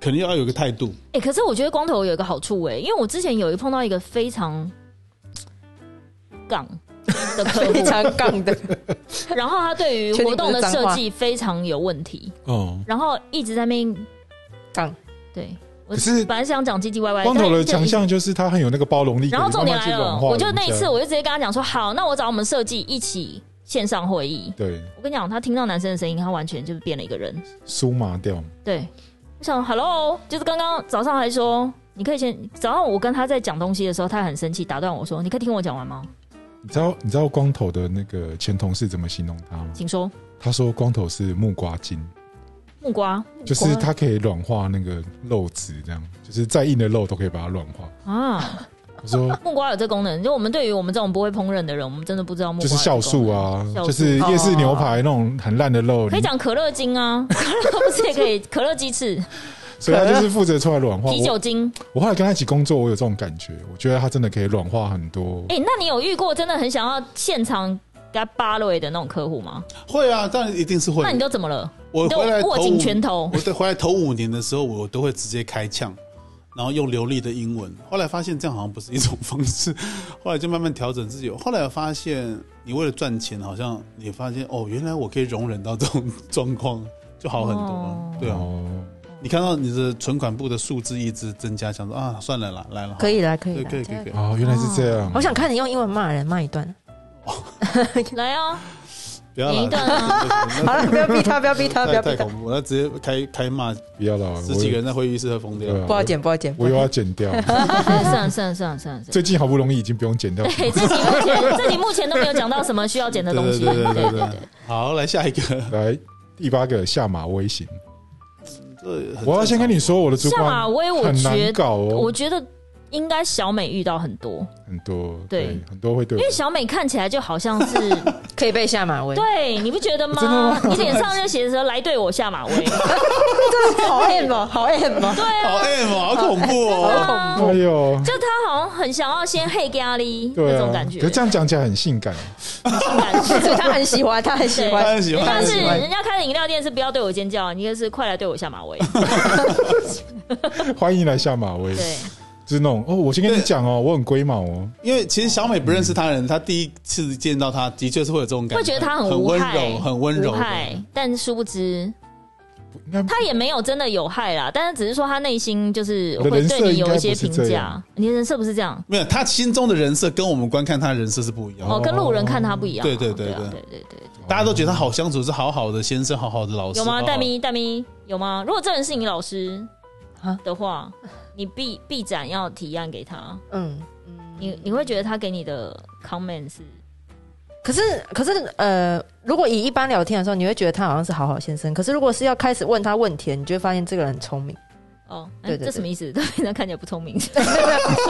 S1: 可能要有一个态度。
S2: 哎、可是我觉得光头有一个好处哎、因为我之前有一碰到一个非常杠的客户
S3: 非，常杠的，
S2: 然后他对于
S3: 确定
S2: 活动的
S3: 不是脏
S2: 设
S3: 话
S2: 计非常有问题，
S4: 哦，
S2: 然后一直在那边
S3: 杠。
S2: 对我
S4: 可是
S2: 本来想讲唧唧歪歪，
S4: 光头的
S2: 但就一
S4: 强
S2: 直
S4: 项就是他很有那个包容力，
S2: 然后重点
S4: 可以
S2: 来
S4: 慢慢
S2: 了
S4: 去软，化
S2: 我就
S4: 人
S2: 那一
S4: 家
S2: 次我就直接跟他讲说，好，那我找我们设计一起线上会议。
S4: 对
S2: 我跟你讲，他听到男生的声音，他完全就是变了一个人。
S4: 酥麻掉，
S2: 对，我想 Hello，就是刚刚早上还说。你可以先早上我跟他在讲东西的时候，他很生气，打断我说：“你可以听我讲完吗？
S4: 你知道你知道光头的那个前同事怎么形容他吗？
S2: 请说。
S4: 他说光头是木瓜精，”
S2: 木瓜
S4: 就是他可以软化那个肉质，这样就是再硬的肉都可以把它软化。
S2: 啊，
S4: 我说
S2: 木瓜有这功能，就我们对于我们这种不会烹饪的人，我们真的不知道木瓜
S4: 就是酵素啊
S2: 有这，功能酵素
S4: 就是夜市牛排那种很烂的肉，
S2: 哦可以
S4: 你
S2: 讲可乐精啊， 可乐不是也可以可乐鸡翅、
S4: 所以他就是负责出来软化。
S2: 啤酒
S4: 我
S2: 精。
S4: 我后来跟他一起工作，我有这种感觉，我觉得他真的可以软化很多。
S2: 哎、那你有遇过真的很想要现场给他扒雷的那种客户吗？
S1: 会啊，当然一定是会
S2: 那。你都怎么了？
S1: 我
S2: 你都
S1: 回来
S2: 握
S1: 头
S2: 紧
S1: 五
S2: 拳头
S1: 我，对回来头五年的时候，我都会直接开枪，然后用流利的英文。后来发现这样好像不是一种方式， 后来就慢慢调整自己。后来发现，你为了赚钱，好像你发现哦，原来我可以容忍到这种状况，就好很多。
S2: 哦
S1: 对啊，
S4: 哦，
S1: 你看到你的存款簿的数字一直增加，想说啊，算了啦，来了，
S3: 可以啦，可以
S1: 对，
S3: 啦
S1: 可以，。可以，可以。
S4: 哦，原来是这样。
S3: 我想看你用英文骂人骂一段。
S2: 来啊，
S1: 不要
S2: 你一段啊
S1: 啦，
S3: 好了，不要逼他，不要逼 他，不
S1: 太
S3: 要
S1: 太
S3: 逼他，
S1: 恐怖，那直接开开骂，
S4: 不要了，
S1: 十
S4: 我
S1: 几个人在会议室都疯掉
S4: 对。啊
S3: 不好剪，不好剪。
S4: 我又要剪 掉。
S2: 哎算了算了算了算了。算了
S4: 最近好不容易已经不用剪掉，
S2: 对，自己目 前自己目前都没有讲到什么需要剪的
S1: 对
S2: 东
S1: 对
S2: 西。
S1: 对对对对。好，来下一个。
S4: 来第八个下马威型。
S1: 这很
S4: 我要先跟你说，我的主
S2: 下马
S4: 管
S2: 威，我
S4: 很
S2: 觉
S4: 难
S2: 得
S4: 搞
S2: 我
S4: 哦，
S2: 觉得应该小美遇到很多，
S4: 很多
S2: 对
S4: 对很多会对我
S2: 因为小美看起来就好像是，
S3: 可以被下马威，
S2: 对，啊你不觉得
S4: 真的
S2: 吗
S4: 吗？
S2: 你脸上就写着说来对我下马 威，
S3: 好 M 哦，好 M 哦，
S2: 对
S1: 好
S2: 啊，
S1: M，哦好恐怖哦！
S2: 啊
S4: 哎呦，
S2: 就他好像很想要先嘿给阿丽
S4: 对
S2: 那
S4: 啊
S2: 种，感觉，
S4: 可是这样讲起来很性感，
S2: 种感 觉。
S3: 所以他很喜欢，他很喜
S2: 对，
S3: 欢。
S1: 很喜欢
S2: 人家是
S1: 很喜欢
S2: 人家开的饮料店是不要对我啊 尖叫，你应该是快来对我下马威。
S4: 欢迎来下马威。
S2: 对，
S4: 就是那种哦，我先跟你
S1: 对
S4: 讲哦，我很龟毛哦，
S1: 因为其实小美不认识他人，她第一次见到他，的确是会有这种感
S2: 会觉得他
S1: 很
S2: 很无
S1: 温
S2: 害
S1: 柔，很温柔
S2: 无
S1: 的。
S2: 害，但殊不知
S4: 应该
S2: 他也没有真的有害啦，但是只是说他内心就是
S4: 我的
S2: 会
S4: 人设
S2: 对你有一
S4: 应
S2: 些
S4: 该不
S2: 评
S4: 是这
S2: 价
S4: 样。
S2: 你的人设不是这样
S1: 没有，他心中的人设跟我们观看他的人设是不一样的。
S2: 哦，跟路人看他不一样啊。
S1: 对对对
S2: 对啊
S1: 对
S2: 对对对，对
S1: 大家都觉得他好相处，是好好的先生，好好的
S3: 哦
S1: 老师。
S2: 有吗？
S1: 好好
S2: 戴咪戴咪有吗？如果这人是你老师
S3: 啊
S2: 的话，你必必然要提案给他。
S3: 嗯，
S2: 你你会觉得他给你的 comment 是
S3: 可是可是呃，如果以一般聊天的时候，你会觉得他好像是好好先生，可是如果是要开始问他问题，你就会发现这个人很聪明。
S2: 哦，哎
S3: 对对对
S2: 这什么意思？ 他平常看起来不聪 明，什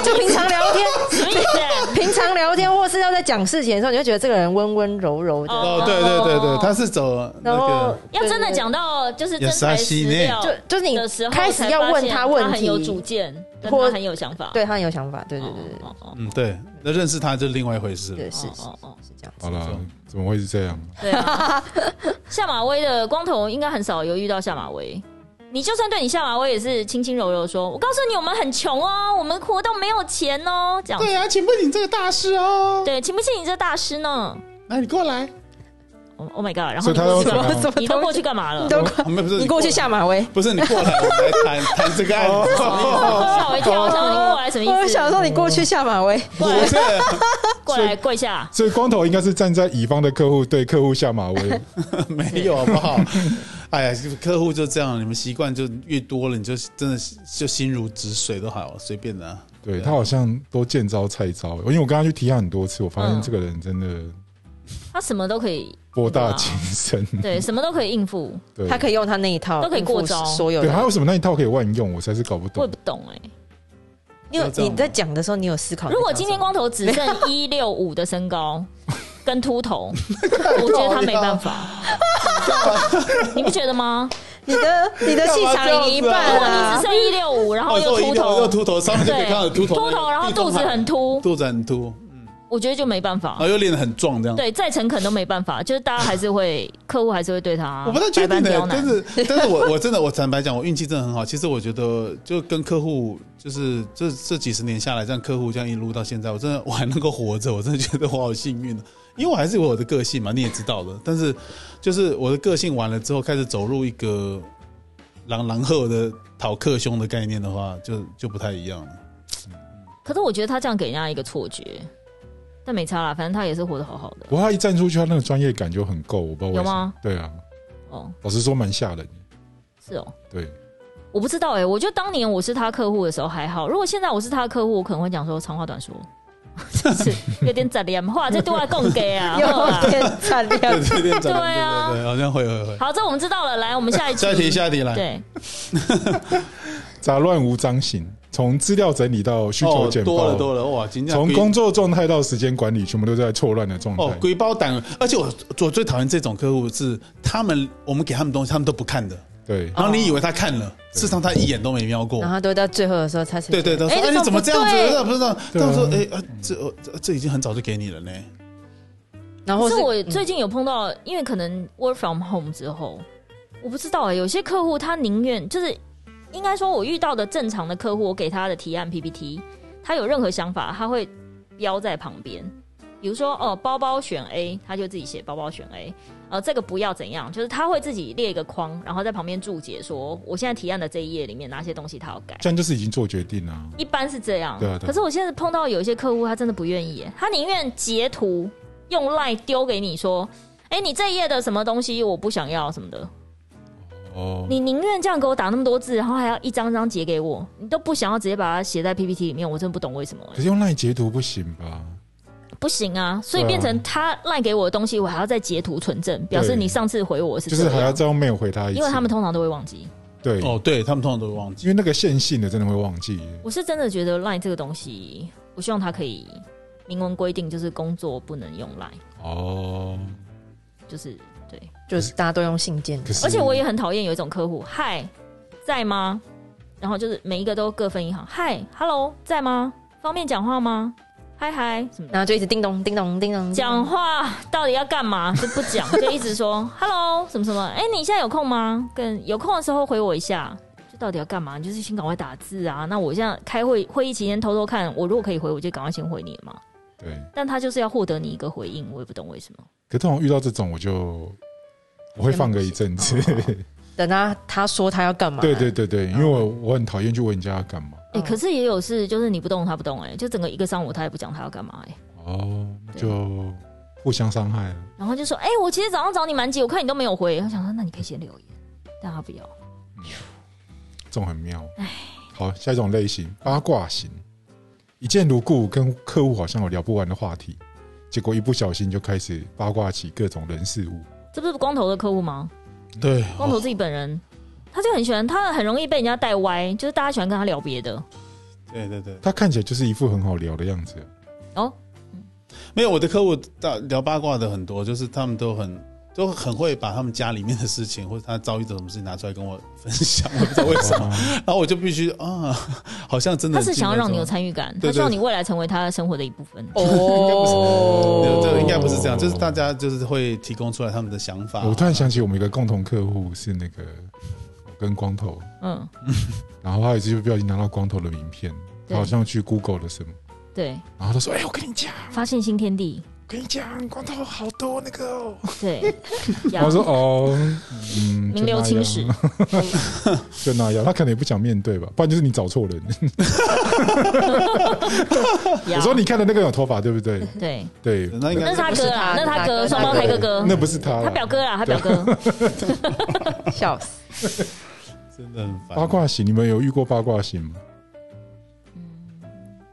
S3: 就平常聊天，
S2: 么意思？
S3: 平常聊天或是要在讲事情的时候，你会觉得这个人温温柔柔的，
S1: 哦，对对对对，他是走那
S3: 然后
S1: 个
S2: 要真的讲到就是真
S1: 有啥
S2: 材
S1: 系
S2: 实
S1: 内
S2: 料
S3: 就就是你
S2: 的时候，
S3: 开始要问
S2: 他
S3: 他问
S2: 很有主
S3: 题，
S2: 见，跟
S3: 或
S2: 他很有想法。
S3: 对他很有想法，对
S2: 哦，
S3: 对对对
S2: 哦哦
S1: 嗯，对，那认识他就另外一回事
S3: 对
S1: 了。
S3: 对，是是
S2: 哦哦，
S3: 是这样子。
S4: 好了，怎么会是这样？
S2: 对啊。 下马威的光头应该很少有遇到下马威。你就算对你下马威也是轻轻柔柔地说，我告诉你，我们很穷哦，我们活动没有钱哦，这样
S1: 对啊，请问你这个大师哦，
S2: 对，请不请你这大师呢
S1: 那你过来，
S2: ？Oh oh my god！然后
S4: 所以
S2: 你
S4: 他
S2: 过
S4: 要啊
S2: 去
S4: 怎
S2: 干嘛？
S4: 样？
S2: 你都过去干嘛了？
S3: 都
S1: 我啊们不是
S3: 你过去，下马威，
S1: 不是你过来，我们来谈谈这个案子。
S2: 吓我一跳！我想说你过来什么
S3: 我
S2: 意
S3: 想
S2: 思？
S3: 说你过去下马威，
S1: 不
S2: 过来
S1: 是，
S2: 过来跪下。
S4: 所以光头应该是站在乙方的客户对客户下马 威，
S1: 没有好不好？哎呀，客户就这样，你们习惯就越多了，你就真的就心如止水都好，随便的啊。
S4: 对他好像都见招拆招。因为我刚刚去提案很多次，我
S2: 嗯
S4: 发现这个人真的
S2: 他什么都可以，
S4: 博大精深。
S2: 对，什么都可以应付，
S4: 对，
S3: 他可以用他那一套
S2: 都可以过招
S3: 应付所有
S4: 对他
S3: 的。
S4: 为什么那一套可以万用？我实在是搞不
S2: 我也
S4: 懂
S2: 不。懂哎、
S3: 你有
S1: 要这样
S3: 你在讲的时候，你有思考那
S2: 如
S3: 套
S2: 果
S3: 吗。
S2: 今天光头只剩一六五的身高跟秃头，我觉得他没办法，你不觉得吗？
S3: 你的你的气场赢一半
S2: 如果你
S3: 啊
S2: 只，剩一六五，然后
S1: 哦，
S2: 又
S1: 说一
S2: 秃
S1: 定要又
S2: 头，
S1: 秃头，上面就可以看到秃
S2: 对，
S1: 头，
S2: 秃
S1: 那
S2: 头，
S1: 个
S2: 然后
S1: 地中
S2: 肚子
S1: 海
S2: 很凸，
S1: 肚子很凸，
S2: 我觉得就没办法
S1: 然后。又练得很壮这样。
S2: 对，再诚恳都没办法，就是大家还是会，客户还是会对他
S1: 我不太确
S2: 百
S1: 定
S2: 般
S1: 的、
S2: 啊刁
S1: 但
S2: 难。
S1: 是但是我我真的我坦白讲，我运气真的很好。其实我觉得，就跟客户，就是这这几十年下来，这样客户这样一路到现在，我真的我还能够活着，我真的觉得我好幸运、啊、因为我还是有我的个性嘛，你也知道的。但是就是我的个性完了之后，开始走入一个狼狼后的讨客兄的概念的话，就就不太一样了。
S2: 可是我觉得他这样给人家一个错觉，但没差啦，反正他也是活得好好的
S4: 不过他一站出去，他那个专业感就很够，我不知道为什
S2: 有
S4: 么
S2: 吗。
S4: 对啊，
S2: 哦，
S4: 老实说蛮吓人的。
S2: 是哦。
S4: 对，
S2: 我不知道哎、我觉得当年我是他客户的时候还好，如果现在我是他的客户，我可能会讲说长话短说， 就是有点杂念话，这对外供给啊。好啦
S3: 有点惨
S1: 对。
S3: 亮
S1: 对对对对
S2: 呃对啊
S1: 对，好像会会会。
S2: 好，这我们知道了，来，我们下一题。
S1: 下一题，下一题来。
S2: 对，
S4: 杂乱无章型，从资料整理到需求
S1: 哦，
S4: 简
S1: 多了
S4: 报，
S1: 多了，哇！今天
S4: 从
S1: 规
S4: 工作状态到时间管理，全部都在错乱的状
S1: 哦
S4: 态，。
S1: 鬼包胆，而且我我最讨厌这种客户是他们，我们给他们东西，他们都不看的，
S4: 对，
S1: 然后你以为他看了，事实上他一眼都没瞄过
S3: 然。后都到最后的时候，他才
S1: 对对对，
S3: 哎
S1: 说哎
S3: 这
S1: 你怎么
S3: 不
S1: 这样子？
S3: 对
S1: 那不是这样，
S4: 对啊
S1: 他们说哎啊这哦这这已经很早就给你了呢。
S3: 然后
S2: 可
S3: 是
S2: 是我
S3: 嗯
S2: 最近有碰到，因为可能 work from home 之后，我不知道哎、有些客户他宁愿就是，应该说我遇到的正常的客户，我给他的提案 PPT，他有任何想法，他会标在旁边。比如说，哦，包包选 A，他就自己写包包选 A，呃，这个不要怎样，就是他会自己列一个框，然后在旁边注解说，我现在提案的这一页里面哪些东西他要改。
S4: 这样就是已经做决定了啊。
S2: 一般是这样。
S4: 对啊对啊
S2: 可是我现在碰到有一些客户，他真的不愿意耶，他宁愿截图用赖丢给你说。哎、你这一页的什么东西我不想要什么的，
S4: 哦，
S2: 你宁愿这样给我打那么多字，然后还要一张张截给我，你都不想要直接把它写在 PPT 里面，我真的不懂为什么、
S4: 可
S2: 哎
S4: 是用赖截图不行吧？
S2: 不行啊，所以
S4: 对啊
S2: 变成他赖给我的东西，我还要再截图存证，表示你上次回我是
S4: 就
S2: 这
S4: 是
S2: 样，
S4: 还要再用 mail 回他一次，
S2: 因为他们通常都会忘记。
S4: 对，
S1: 哦，对他们通常都会忘记。
S4: 因为那个线性的真的会忘记。
S2: 我是真的觉得赖这个东西，我希望它可以明文规定，就是工作不能用赖，
S4: 哦，
S2: 就是对。
S3: 就是大家都用信件，
S4: 可是
S2: 而且我也很讨厌有一种客户，嗨，在吗？然后就是每一个都各分一行，嗨，hello，在吗？方便讲话吗？嗨嗨，什么的
S3: 然后就一直叮咚叮咚叮咚
S2: 讲话到底要干嘛？ 就不讲，就一直说 hello 什么什么。哎、你现在有空吗？跟有空的时候回我一下，这到底要干嘛？你就是先赶快打字啊。那我现在开会会议期间偷偷看，我如果可以回，我就赶快先回你嘛。
S4: 对，
S2: 但他就是要获得你一个回应，我也不懂为什么。
S4: 可通常遇到这种，我就我会放个一阵子。
S3: 等他他说他要干嘛？
S4: 对对对对，因为我我很讨厌去问人家要干嘛。
S2: 哎、
S3: 嗯
S2: 可是也有事，就是你不动他不动、哎，就整个一个上午他也不讲他要干嘛、哎，
S4: 哦，那就互相伤害啊了。
S2: 然后就说，哎、我其实早上找你蛮急，我看你都没有回，我想说那你可以先留言，但他不要。
S4: 这种很妙。好，下一种类型八卦型，一见如故，跟客户好像有聊不完的话题，结果一不小心就开始八卦起各种人事物。
S2: 这不是光头的客户吗？
S1: 对，
S2: 光头自己本人，他就很喜欢，他很容易被人家带歪，就是大家喜欢跟他聊别的。
S1: 对对对，
S4: 他看起来就是一副很好聊的样子，
S2: 哦
S1: 没有我的客户大聊八卦的很多，就是他们都很都很会把他们家里面的事情或者他遭遇的什么事情拿出来跟我分享，我不知道为什么，然后我就必须啊，好像真的
S2: 他是想要让你有参与感，
S1: 对对
S2: 他希望你未来成为他生活的一部分。
S1: 哦，这个应该不是这样，
S4: 哦
S1: 就是大家就是会提供出来他们的想法。
S4: 我突然想起我们一个共同客户是那个我跟光头，
S2: 嗯，
S4: 然后他有一次就不小心拿到光头的名片，他
S2: 对
S4: 好像去 Google 了什么，
S2: 对，
S4: 然后他说：“哎、我跟你讲，
S2: 发现新天地，
S4: 我跟你讲，光头好多那个、哦。
S2: 对，”
S4: 然
S2: 杨
S4: 后我说：“ 哦，嗯，就
S2: 名流
S4: 那
S2: 青
S4: 样
S2: 史，
S4: 就那样，他 可能也不想面对吧，不然就是你找错人。
S2: 杨
S4: 我说你看的那个有头发对不对？
S2: 对，
S4: 对，
S1: 那应
S2: 那
S1: 该
S2: 是他哥啦，
S3: 不
S2: 那是
S3: 是他
S2: 他哥，
S3: 那
S2: 双胞胎哥哥，
S4: 那不是他啦，啊
S2: 他表哥啦，他表 哥，
S3: 笑死！
S1: 真的很烦
S4: 八。卦型，你们有遇过八卦型吗？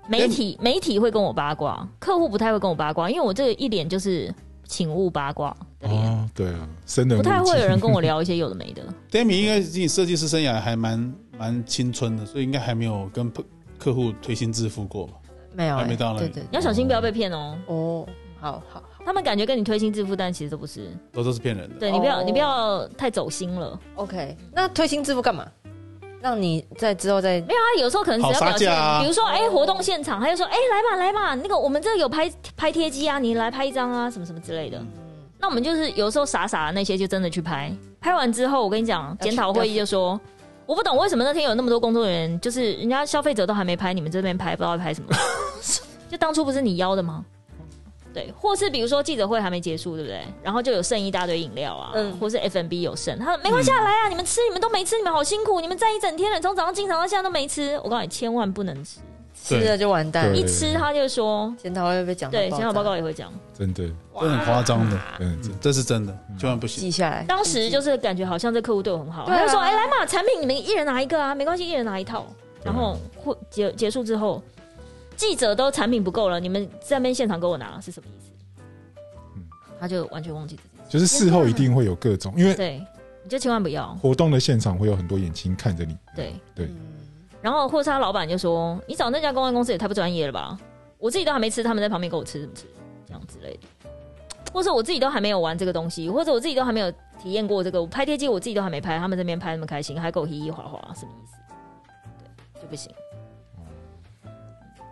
S2: 媒体媒体会跟我八卦，客户不太会跟我八卦，因为我这个一脸就是请勿八卦的脸，
S4: 哦，对啊，生人
S2: 不太
S4: 勿
S2: 会
S4: 近
S2: 有人跟我聊一些有的没的。
S1: Demi 应该你设计师生涯还蛮蛮青春的，所以应该还没有跟客客户推心置腹过吧？
S3: 没有、
S1: 还
S3: 欸，
S1: 没到那里
S3: 对对
S2: 你要小心不要被骗哦，
S3: 哦，好好好
S2: 他们感觉跟你推心置腹，但其实都不是。
S1: 都都是骗人的。
S2: 对你不要
S3: 哦
S2: 你不要太走心了，
S3: ，OK。那推心置腹干嘛？让你在之后再
S2: 没有啊，有时候可能只要
S1: 好
S2: 表
S1: 杀
S2: 现
S1: 价，啊
S2: 比如说哎、活动现场，他就说哎、来嘛来嘛，那个我们这有拍拍贴机啊，你来拍一张啊，什么什么之类的。那我们就是有时候傻傻的那些就真的去拍，拍完之后我跟你讲，
S3: 要去
S2: 检讨会议就说。我不懂为什么那天有那么多工作人员，就是人家消费者都还没拍，你们这边拍不知道在拍什么。就当初不是你邀的吗？对，或是比如说记者会还没结束，对不对？然后就有剩一大堆饮料啊，
S3: 嗯
S2: 或是 F&B 有剩，他说没关系啊，来啊，你们吃，你们都没吃，你们好辛苦，你们站一整天了，从早上进场到现在都没吃。我告诉你，千万不能吃，
S3: 吃了就完蛋
S4: 对，
S2: 一吃他就说，
S3: 检讨会被讲到
S2: 对，
S3: 嗯爆
S2: 检
S3: 炸嗯
S2: 讨报告也会讲。
S4: 真的，
S1: 这很夸张的，
S4: 嗯，真
S1: 嗯这是真的，千万不行。
S2: 嗯
S3: 记下来。
S2: 当时就是感觉好像这客户对我很好，
S3: 对啊
S2: 他就说：“哎、来嘛，产品你们一人拿一个啊，没关系，一人拿一
S4: 嗯
S2: 套。”然后会结结束之后，记者都产品不够了，你们在那边现场给我拿是什么意思？
S4: 嗯
S2: 他就完全忘记自己，
S4: 就是事后一定会有各种，因 为
S2: 对，你就千万不要
S4: 活动的现场会有很多眼睛看着你。
S2: 对。
S4: 对，
S2: 然后或者是他老板就说：“你找那家公关公司也太不专业了吧？我自己都还没吃，他们在旁边给我吃什么吃？这样之类的。”或者我自己都还没有玩这个东西，或者我自己都还没有体验过这个，我拍贴机我自己都还没拍，他们这边拍那么开心，还给我嘻嘻哈哈，什么意思？对，就不行。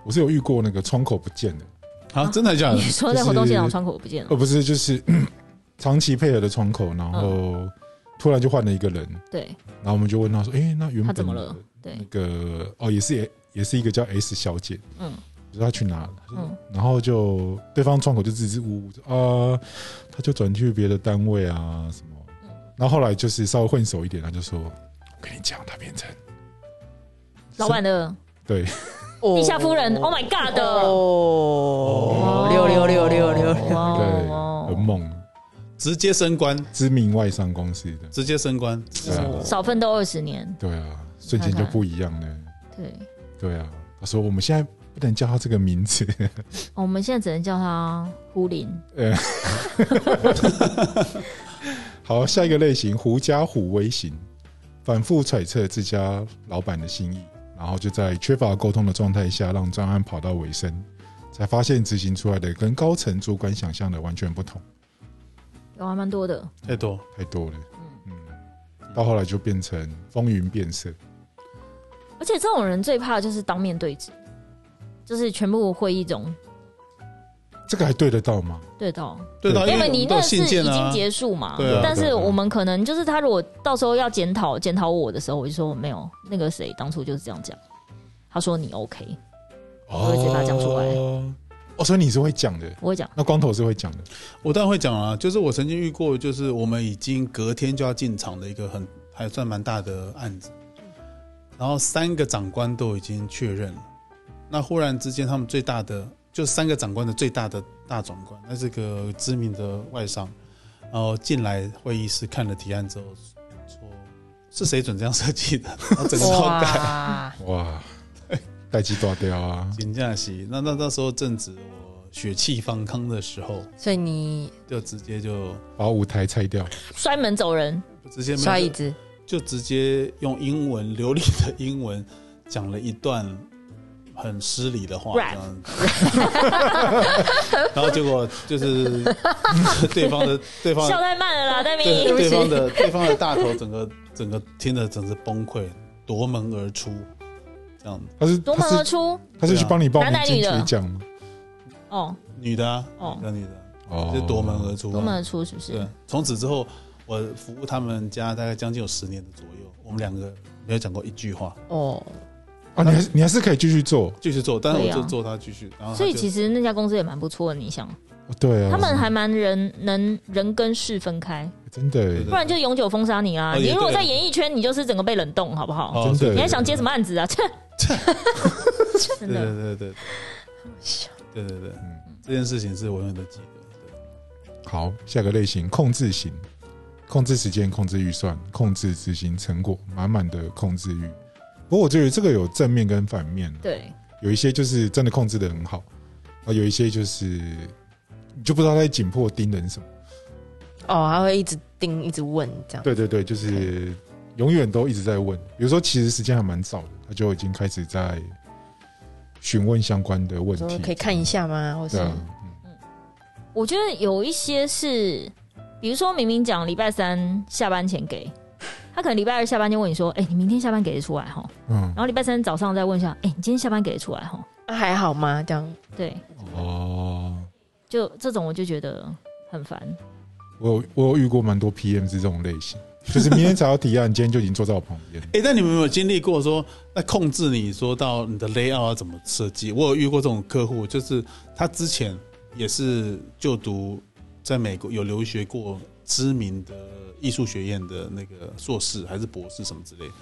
S4: 我是有遇过那个窗口不见的，
S1: 啊，真的假的
S2: 你？说在活动现场窗口不见了
S3: 哦
S4: 呃，，不是，就是 长期配合的窗口，然后
S2: 嗯
S4: 突然就换了一个人，
S2: 对
S4: 然后我们就问他说：“哎，那原
S2: 他
S4: 本
S2: 怎么了？对
S4: 那，个哦，也是也是一个叫 S 小姐，
S2: 嗯
S4: 就是她去哪了，她就
S2: 嗯
S4: 然后就对方窗口就支支吾吾，啊，她就转去别的单位啊什么，
S2: 嗯
S4: 然后后来就是稍微混熟一点，她就说，我跟你讲，她变成
S2: 老板的
S4: 对，
S2: 地下夫人，Oh my God 的，
S3: 哦，六六六六六，
S2: 哇
S4: 对，
S2: 哦
S4: 很猛，
S1: 直接升官，
S4: 知名外商公司的，
S1: 直接升官，
S4: 对啊，
S2: 少奋斗二十年，
S4: 对啊，瞬间就不一样了，
S2: 对，
S4: 对啊，她说我们现在不能叫她这个名字，
S2: 哦我们现在只能叫他胡林，
S4: 好，下一个类型，狐假虎威型，反复揣测自家老板的心意，然后就在缺乏沟通的状态下，让专案跑到尾声，才发现执行出来的跟高层主管想象的完全不同，
S2: 有还蛮多的，
S1: 太多。
S4: 太多了。嗯，到后来就变成风云变色。
S2: 而且这种人最怕就是当面对质，就是全部会议中
S4: 这个还对得到吗？
S2: 对到，
S1: 对的，
S2: 因为
S1: 我
S2: 你
S1: 们都
S2: 那
S1: 有
S2: 个是
S1: 信
S2: 已
S1: 件
S2: 经
S1: 啊，
S2: 结束嘛，
S1: 对啊
S2: 但
S4: 对
S2: 是
S4: 啊
S2: 我们可能就是他如果到时候要检讨检讨我的时候，我就说没有，那个谁当初就是这样讲，他说你 OK，我会直接把它讲出来
S4: 哦，哦所以你是会讲的，
S2: 我会讲
S4: 那光头是会讲的。
S1: 我当然会讲啊，就是我曾经遇过，就是我们已经隔天就要进场的一个很还算蛮大的案子，然后三个长官都已经确认了，那忽然之间他们最大的就三个长官的最大的大总管，那是个知名的外商，然后进来会议室看了提案之后说是谁准这样设计的，然后整个超改。
S3: 哇，
S4: 哇，待机大雕啊！
S1: 金假期，那那那时候正值我血气方刚的时候，
S3: 所以你
S1: 就直接就
S4: 把舞台拆掉，
S2: 摔门走人，
S1: 直接没有
S3: 刷椅子，
S1: 就直接用英文流利的英文讲了一段很失礼的话，
S2: Rap
S1: 这样子。然后结果就是对方的对方
S2: 笑
S1: 的
S2: 太慢了啦，戴明，
S1: 对
S2: 对不
S1: 对方
S2: 起，
S1: 的对方的大头整个整个听得整是崩溃，夺门而出，这样
S4: 他是
S2: 夺门
S4: 他
S2: 而
S4: 是
S2: 出，
S4: 他是去帮你报名
S2: 男的
S4: 金
S2: 女
S4: 曲
S2: 的
S4: 奖吗？
S2: 哦，
S1: 女的啊，
S2: 哦
S1: 那女的
S4: 哦，
S1: 就夺门而出，
S2: 夺门而出是不
S1: 对啊
S2: 是？，
S1: 从此之后，我服务他们家大概将近有十年的左右，我们两个没有讲过一句话，
S3: 哦，
S4: 啊！你还是你还是可以继续做，
S1: 继续做，但是
S2: 对
S1: 我
S2: 啊
S1: 就做他继续，然后
S2: 所以
S1: 实
S2: 其实那家公司也蛮不错的，你想，
S4: 哦对啊，
S2: 他们还蛮人能人跟事分开，
S4: 真的
S1: 对
S4: 耶
S1: 对
S2: 不然就永久封杀你啦。
S1: 哦也
S2: 你如果
S1: 对
S2: 在演艺圈，你就是整个被冷冻，好不
S1: 哦
S2: 好？
S4: 真的
S2: 哦你还想接什么案子啊？切，
S1: 对
S2: 真
S1: 对对对
S2: 的
S1: 对，对对对，这件事情是我永远都记得。
S4: 好，下个类型控制型，控制时间、控制预算、控制执行成果，满满的控制欲。不过我觉得这个有正面跟反面，
S2: 对，
S4: 有一些就是真的控制的很好，啊，有一些就是你就不知道他在紧迫盯人什么。
S3: 哦，他会一直盯，一直问这样。
S4: 对对对，就是永远都一直在问。比如说，其实时间还蛮早的，他就已经开始在询问相关的问
S3: 说
S4: 题。
S3: 可以看一下吗？或是
S4: 对啊，
S2: 我觉得有一些是，比如说明明讲礼拜三下班前给，他可能礼拜二下班就问你说：“哎、你明天下班给得出来哈？”
S4: 嗯
S2: 然，后礼拜三早上再问一下：“哎、你今天下班给得出来哈
S3: 啊还好吗？这样？”
S2: 对，
S4: 哦，
S2: 就这种我就觉得很烦。
S4: 我有我有遇过蛮多 PM 是这种类型，就是明天才要提案，今天就已经坐在我旁 边。
S1: 哎，但你们有没有经历过说，那控制你说到你的 layout 要怎么设计？我有遇过这种客户，就是他之前也是就读在美国有留学过知名的艺术学院的那个硕士还是博士什么之类的，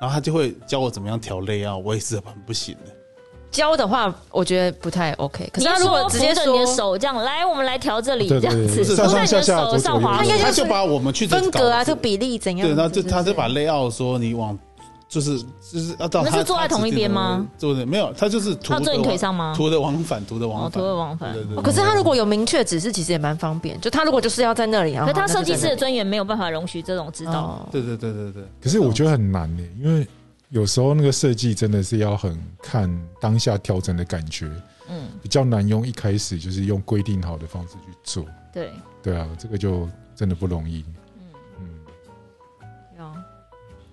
S1: 然后他就会教我怎么样调 layout，我也是很不行的。
S3: 教的话，我觉得不太 OK。可
S2: 你
S3: 是他如果直
S2: 扶
S3: 接
S2: 着你
S3: 说
S2: 的手这样来，我们来调这里
S4: 对
S2: 这
S4: 对
S2: 样
S4: 对，
S2: 子，扶着
S4: 上
S2: 你
S4: 上
S2: 的
S4: 下下左
S2: 手
S4: 左
S2: 上
S4: 右
S2: 滑
S4: 右
S3: 应该。
S1: 他就把我们去的
S3: 分隔
S1: 稿
S3: 啊，
S1: 子
S3: 这个比例怎样？
S1: 对，然后就
S3: 这
S1: 他就把 layout 说你往就是就是要到
S2: 那
S1: 他
S2: 是坐在同一边吗？
S1: 他指定的位置坐的没有，他就是图
S2: 他坐
S1: 的
S2: 你腿
S1: 往
S2: 上吗？
S1: 图的往返，图的
S2: 哦
S1: 往，
S2: 图
S1: 返，
S2: 的往返。
S1: 对对
S3: 哦
S1: 对。
S3: 可是他如果有明确指示，其实也蛮方便。就他如果就是要在哦那里，
S2: 可
S3: 然后
S2: 是他设计师的
S3: 真
S2: 尊严没有办法容许这种指导。
S3: 哦，
S1: 对对对对对，
S4: 可是我觉得很难呢，因为有时候那个设计真的是要很看当下调整的感觉，
S2: 嗯，
S4: 比较难用一开始就是用规定好的方式去做。
S2: 对，
S4: 对啊，这个就真的不容易。
S2: 嗯，
S4: 嗯，
S2: 对啊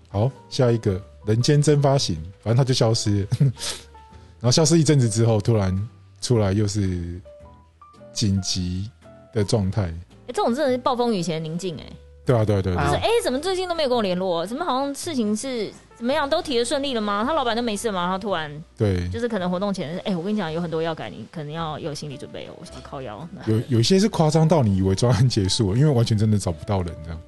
S4: 好，下一个人间蒸发型，反正它就消失 了，然后消失一阵子之后，突然出来又是紧急的状态。
S2: 欸这种真的是暴风雨前的宁静哎、
S4: 对啊，对啊，对啊
S2: 就是
S4: 对
S2: 哎、
S4: 啊，
S2: 欸怎么最近都没有跟我联络？哦怎么好像事情是怎么样都提的顺利了吗？他老板都没事吗？他突然
S4: 对，
S2: 就是可能活动前，哎、我跟你讲有很多要改，你可能要有心理准备哦。我想靠腰，
S4: 有有一些是夸张到你以为专案结束了，因为完全真的找不到人这样。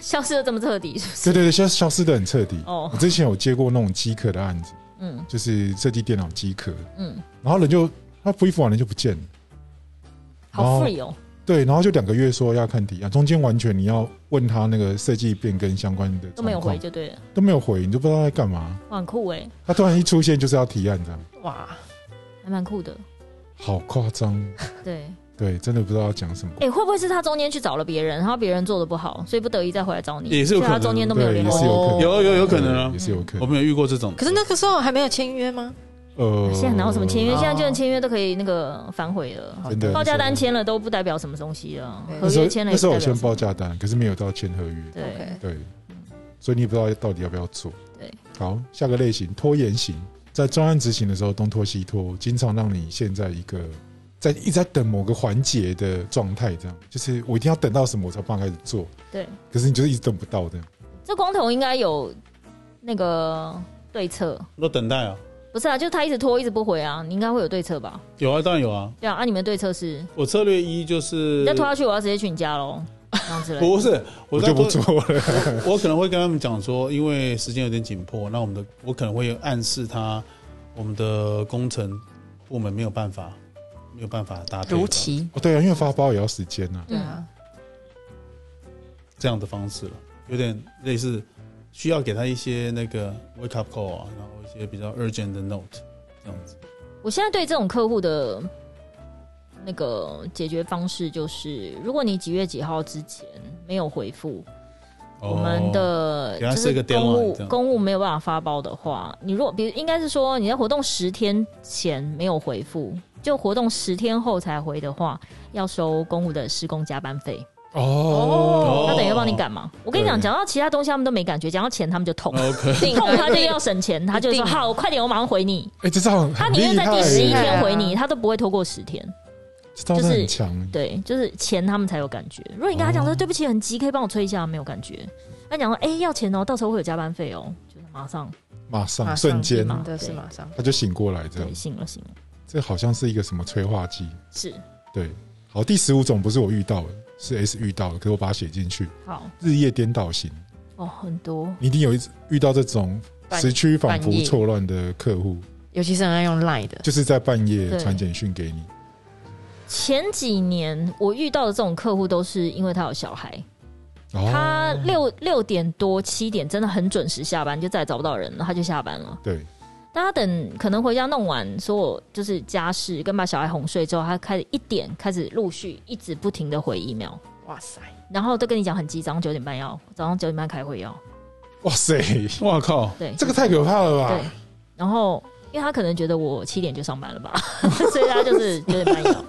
S2: 消失的这么彻底， 是不是？
S4: 对对对，消消失的很彻底。
S2: 哦
S4: 我，之前有接过那种机壳的案子，
S2: 嗯
S4: 就是设计电脑机壳，
S2: 嗯，
S4: 然后人就他 brief 完人就不见了。
S2: 好 free 哦，
S4: 对，然后就两个月说要看提案，中间完全你要问他那个设计变更相关的
S2: 都没有
S4: 状况
S2: 回就对了，
S4: 都没有回，你都不知道他在干嘛。
S2: 哇很酷哎、
S4: 他突然一出现就是要提案这样，
S3: 哇，
S2: 还蛮酷的。
S4: 好夸张，
S2: 对，
S4: 对，真的不知道要讲什么
S2: 哎、。会不会是他中间去找了别人，然后别人做的不好，所以不得已再回来找你？
S1: 也是有
S2: 所以他
S1: 可能
S2: 中间都没有
S4: 对，
S2: 联
S4: 也
S2: 络
S4: 是。有可能，
S1: 有有有可能啊
S4: 对也是有可
S1: 我
S4: 能。
S1: 们有遇过这种，
S3: 可是那个时候还没有签约吗？
S4: 呃
S2: 现在哪有什么签约？
S3: 哦
S2: 现在就算签约都可以那个反悔了。
S4: 真的
S2: 报价单签了都不代表什么东西啊，
S3: 对
S2: 合
S4: 那时
S2: 约
S4: 候
S2: 签了
S4: 那
S2: 也
S4: 时
S2: 不代
S4: 候我
S2: 表
S4: 先
S2: 什
S4: 报
S2: 么。
S4: 价单，可是没有到签合约，
S2: 对
S3: OK，
S4: 对，所以你也不知道到底要不要做。
S2: 对，
S4: 好，下个类型拖延型，在专案执行的时候东拖西拖，经常让你陷在一个在一直在等某个环节的状态，这样就是我一定要等到什么我才办法开始做，
S2: 对，
S4: 可是你就是一直等不到这样。
S2: 这光头应该有那个对策，
S1: 都等待啊，
S2: 不是啊？就他一直拖，一直不回啊，你应该会有对策吧？
S1: 有啊，当然有啊。
S2: 对啊，啊，你们的对策是，
S1: 我策略一就是
S2: 你再拖下去，我要直接去你家 喽，这样子嘞。
S1: 不是，我
S4: 呃我
S1: 在
S4: 就不
S1: 拖
S4: 做了，
S1: 我我可能会跟他们讲说，因为时间有点紧迫，那我们的我可能会暗示他，我们的工程部门没有办法，没有办法搭配
S3: 如
S1: 到
S3: 期，
S4: 哦，对啊，因为发包也要时间啊。
S3: 对啊，
S1: 这样的方式了，有点类似需要给他一些那个 wake up call 啊，然后一些比较 urgent 的 note 这样子。
S2: 我现在对这种客户的那个解决方式就是，如果你几月几号之前没有回复，我们
S4: 哦
S2: 的
S1: 给他
S2: 就
S1: 设一个
S2: 是公
S1: deadline，
S2: 务
S1: 这样
S2: 公务没有办法发包的话，你如果比如应该是说你在活动十天前没有回复，就活动十天后才回的话，要收公务的施工加班费。
S4: 哦，
S2: 他等于帮你赶嘛。我跟你讲，
S4: 对
S2: 讲到其他东西他们都没感觉，讲到钱他们就痛，
S1: 哦 OK，
S3: 定
S2: 痛
S3: 啊
S2: 他就要省钱，他就
S3: 一
S2: 说
S3: 定
S2: 好，我快点，我马上回你。
S4: 哎，这招很
S2: 他
S4: 很
S2: 宁愿
S4: 厉
S2: 在
S4: 害
S2: 第
S4: 耶，
S2: 十一
S3: 厉害
S2: 天
S3: 啊
S2: 回你，他都不会拖过十天。
S4: 这招真的很强。
S2: 对，就是钱他们才有感觉。如果你跟他讲说
S4: 哦
S2: 对不起，很急，可以帮我催一下，没有感觉。他讲说哎、要钱哦，到时候会有加班费哦，就是马上
S4: 马
S3: 马
S4: 上
S3: 上
S4: 瞬间
S2: 立马
S3: 真的是马上
S4: 他就醒过来，
S2: 对，
S4: 这样
S2: 醒了醒了，
S4: 这好像是一个什么催化剂。
S2: 是
S4: 对，好，第十五种不是我遇到的，是 S 遇到的，可是我把它写进去，
S2: 好
S4: 日夜颠倒型，
S2: 哦，很多
S4: 你一定有一遇到这种
S3: 半
S4: 时区仿佛
S3: 半夜
S4: 错乱的客户，
S3: 尤其是很爱用 Line 的，
S4: 就是在半夜
S2: 对
S4: 传简讯给你，
S2: 前几年我遇到的这种客户都是因为他有小孩，
S4: 哦
S2: 他六六点多七点真的很准时下班，就再也找不到人了，他就下班了。
S4: 对，
S2: 但他等可能回家弄完所有就是家事跟把小孩哄睡之后，他开始一点开始陆续一直不停的回 email，
S3: 哇塞，
S2: 然后都跟你讲很急，早上九点半要，早上九点半开会要，
S4: 哇塞，
S1: 哇靠，
S2: 对
S4: 这个啊太可怕了
S2: 对
S4: 吧？，
S2: 然后因为他可能觉得我七点就上班了吧， 所以他就是九点半要，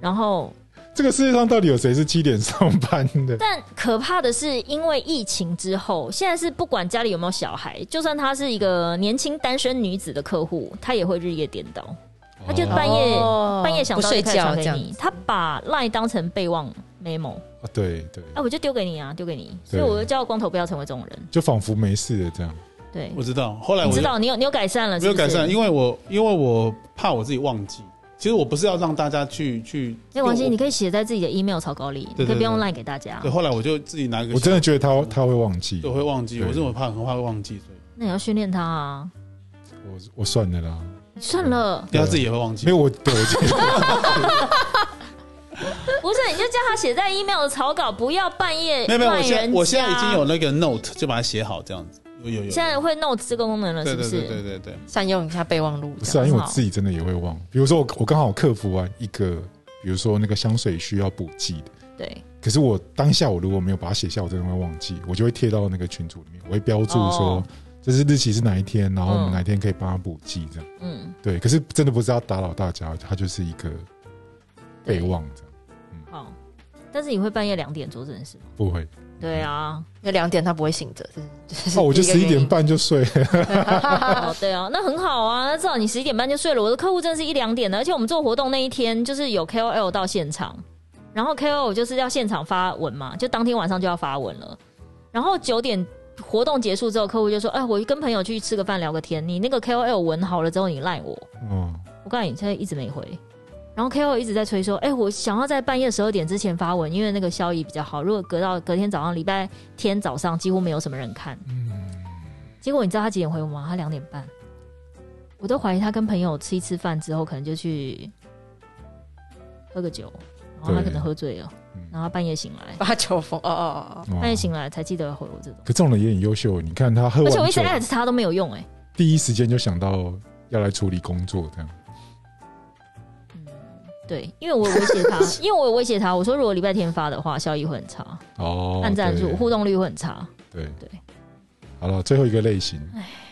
S2: 然后
S4: 这个世界上到底有谁是七点上班的？
S2: 但可怕的是，因为疫情之后，现在是不管家里有没有小孩，就算她是一个年轻单身女子的客户，她也会日夜颠倒。
S1: 哦
S2: 他就半夜
S3: 哦
S2: 半夜想
S3: 不
S2: 到
S3: 睡
S2: 就开始
S3: 觉
S2: 传
S3: 这
S2: 给
S3: 样
S2: 你，她把赖当成备忘 memo，
S4: 哦对对，
S2: 哎、我就丢给你啊，丢给你。所
S4: 对
S2: 以我就叫光头不要成为这种人。
S4: 就仿佛没事的这样。
S2: 对，
S1: 我知道。后来我
S2: 你知道你有你有改善了
S1: 没
S2: 是
S1: 有
S2: 不是，
S1: 改善，因为我因为我怕我自己忘记。其实我不是要让大家去去，
S2: 没有关系，
S1: 我
S2: 你可以写在自己的 email 草稿里，
S1: 对
S2: 你可以不用
S1: 对对
S2: 赖给大家
S1: 对，。后来我就自己拿一个小，
S4: 我真的觉得他他会忘记，
S1: 对我会忘记，
S4: 对
S1: 我这么怕，很怕会忘记，所以
S2: 那你要训练他啊。
S4: 我我算了啦，
S2: 你算了，
S1: 对他啊自己也会忘记
S4: 因为。我对我觉得
S2: 不是你就叫他写在 email 的草稿，不要半夜
S1: 没有没有，我
S2: 赖
S1: 现
S2: 人
S1: 在我现在已
S2: 家
S1: 经有那个 note，就把它写好这样子。有有有，
S2: 现在会 note 这个功能了，
S1: 对
S2: 是不
S1: 对
S2: 是？
S1: 对对对对，
S3: 善用一下备忘录
S4: 不
S3: 这
S4: 是
S3: 样，
S4: 啊，因为我自己真的也会忘。比如说我我刚好克服完一个，比如说那个香水需要补剂的，
S2: 对
S4: 可是我当下我如果没有把它写下，我真的会忘记，我就会贴到那个群组里面，我会标注说
S2: 哦
S4: 这是日期是哪一天，然后我们
S2: 嗯
S4: 哪天可以帮他补剂这样。
S2: 嗯，
S4: 对，可是真的不是要打扰大家，它就是一个
S2: 对
S4: 备忘这样，
S2: 好。但是你会半夜两点做这件事吗？
S4: 不会。
S2: 对啊，
S3: 因为两点他不会醒着，这是
S4: 哦，我就
S3: 第一个
S4: 十一
S3: 原
S4: 点
S3: 因
S4: 半就睡了，
S2: 哦对啊，那很好啊。那至少你十一点半就睡了。我的客户真的是一两点的，而且我们做活动那一天就是有 KOL 到现场，然后 KOL 就是要现场发文嘛，就当天晚上就要发文了。然后九点活动结束之后，客户就说：“哎，我跟朋友去吃个饭，聊个天。你那个 KOL 文好了之后，你赖我。”
S4: 嗯，
S2: 我告诉你，现在一直没回。然后 KO 一直在催说，哎、我想要在半夜十二点之前发文，因为那个效益比较好。如果隔到隔天早上，礼拜天早上几乎没有什么人看。
S4: 嗯
S2: 结果你知道他几点回我吗？他两点半。我都怀疑他跟朋友吃一吃饭之后，可能就去喝个酒，然后他
S4: 对
S2: 可能喝醉了
S4: 嗯，
S2: 然后他半夜醒来，
S3: 八九风哦哦哦
S4: 哦
S2: 半夜醒来才记得要回我这种。
S4: 可这种人也很优秀，你看他喝
S2: 而
S4: 完
S2: 且
S4: 酒
S2: 我一直 at 他都没有用、哎，
S4: 第一时间就想到要来处理工作这样。
S2: 对，因为我有威胁 他，因为我有威胁他，我说如果礼拜天发的话，效益会很差。
S4: 哦，
S2: 按赞数、
S4: 对
S2: 互动率会很差。
S4: 对
S2: 对
S4: 好了，最后一个类型，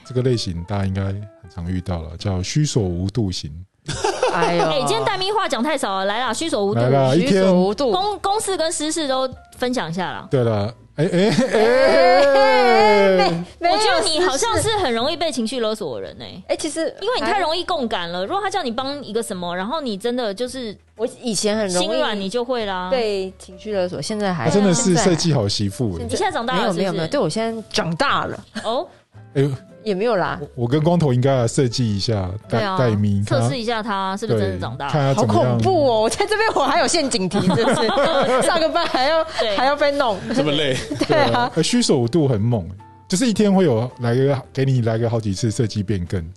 S4: 这个类型大家应该很常遇到了，叫虚所无度型。
S3: 哦，哎呦，
S2: 哎、今天戴咪话讲太少了，来啦，虚手无度，
S4: 来啦，一
S3: 举
S4: 天
S3: 手无度，
S2: 公公事跟私事都分享一下啦。
S4: 对了，哎、哎哎哎哎，
S2: 我觉得你好像是很容易被情绪勒索的人呢、
S5: 哎，其实
S2: 因为你太
S5: 易，
S2: 容易共感了。如果他叫你帮一个什么，然后你真的就是
S3: 我以前很
S2: 心
S3: 容
S2: 软，
S3: 易
S2: 你就会啦。，
S3: 被情绪勒索，现在还
S4: 啊真的是
S3: 啊现在还
S4: 设计好媳妇哎
S2: 你现在长大
S3: 没
S2: 了
S3: 有
S2: 是不
S3: 没
S2: 是
S3: 有没有，对我现在长大了
S2: 哦，
S4: 哎呦，
S3: 也没有啦，
S4: 我我跟光头应该要设计一下
S2: 对
S4: 带
S2: 啊
S4: 带咪，，
S2: 测
S4: 看他
S2: 试一下他是不是真的长大
S4: 对
S2: 了。
S4: 看他
S3: 好
S4: 怎么样
S3: 恐怖哦！我在这边我还有陷阱题，真是 上个班还要
S2: 对
S3: 还要被弄，
S1: 这么累，
S4: 对啊，呃虚手度很猛，就是一天会有来个给你来个好几次设计变更。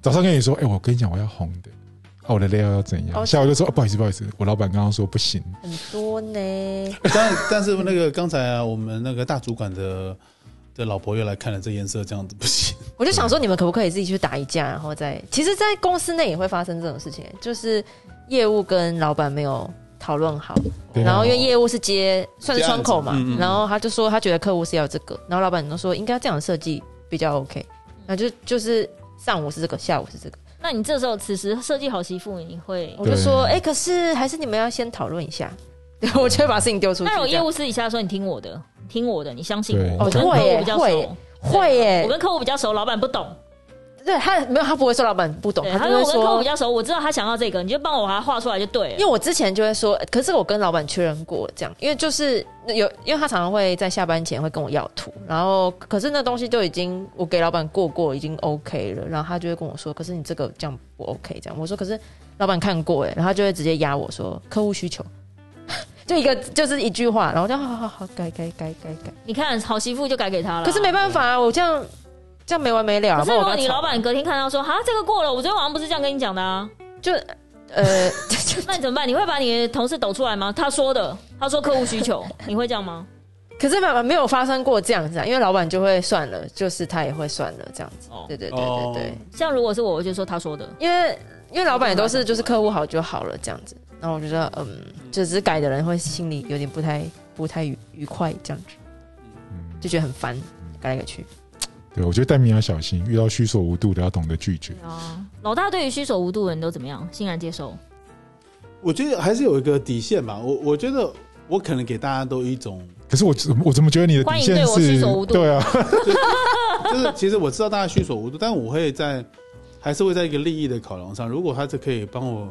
S4: 早上跟你说，哎、我跟你讲我要红的，啊，我的 layout 要怎样？
S3: 哦
S4: 下午就说、哦不好意思，不好意思，我老板刚刚说不行。
S3: 很多呢。
S1: 但但是那个刚才啊，我们那个大主管的的老婆又来看了这颜色，这样子不行。
S3: 我就想说，你们可不可以自己去打一架，然后再……其实，在公司内也会发生这种事情，就是业务跟老板没有讨论好，
S4: 对啊
S3: 然后因为业务是接算是窗口嘛
S1: 这样子嗯嗯，嗯
S3: 然后他就说他觉得客户是要这个，然后老板就说应该这样设计比较 OK，那就就是上午是这个，下午是这个，
S2: 那你这时候此时设计好媳妇，你会
S3: 我就说
S4: 对
S3: 哎、可是还是你们要先讨论一下， 对我就会把事情丢出去
S2: 那
S3: 这
S2: 如果
S3: 样。
S2: 业务私底下说你听我的，你听我的，你相信
S4: 对
S2: 我，我跟
S3: 哦
S2: 客
S3: 会耶
S2: 户比较
S3: 会
S2: 熟
S3: 耶，会耶
S2: 我，跟客户比较熟，老板不懂，
S3: 对他没有，他不会说老板不懂，
S2: 对，
S3: 他
S2: 他
S3: 就
S2: 说
S3: 会
S2: 我跟客户
S3: 说
S2: 比，较熟，我知道他想要这个，你就帮我把它画出来就对
S3: 因
S2: 了
S3: 为。我之前就会说，呃可是我跟老板确认过这样，因为就是有，因为他常常会在下班前会跟我要图，然后可是那东西都已经我给老板过过，已经 OK 了，然后他就会跟我说，可是你这个这样不 OK 这样，我说可是老板看过哎，然后他就会直接压我说客户需求， 就一个就是一句话，然后我就好好好好改改改改改，
S2: 你看好媳妇就改给他了，
S3: 可是没。办法啊，我这样这样没完没了啊，
S2: 可
S3: 不
S2: 是
S3: 然
S2: 如
S3: 我
S2: 果
S3: 跟他
S2: 你
S3: 吵
S2: 老板隔天看到说，哈，这个过了，我昨天晚上不是这样跟你讲的 啊，
S3: 就呃。
S2: 那你怎么办？你会把你的同事抖出来吗？他说的，他说客户需求，你会这样 吗？
S3: 可是没没有发生过这样子啊，因为老板就会算了，就是他也会算了这样子。
S2: 哦
S3: 对对对对对，
S1: 哦
S2: 像如果是我，我就说他说的，
S3: 因为因为老板也都是就是客户好就好了这样子。然后我觉得嗯，就只是改的人会心里有点不太不太愉愉快这样子，
S4: 嗯
S3: 就觉得很烦，改来改去。
S4: 对，我觉得戴咪要小心，遇到虚所无度的要懂得拒绝。
S2: 啊，老大对于虚手无度的人都怎么样？欣然接受。
S1: 我觉得还是有一个底线吧。我我觉得我可能给大家都一种，
S4: 可是我怎么我怎么觉得你的底线
S2: 欢迎对我
S4: 是
S2: 虚所无度
S4: 对啊，
S1: 就是其实我知道大家需所无度，但我会在还是会在一个利益的考量上，如果他是可以帮我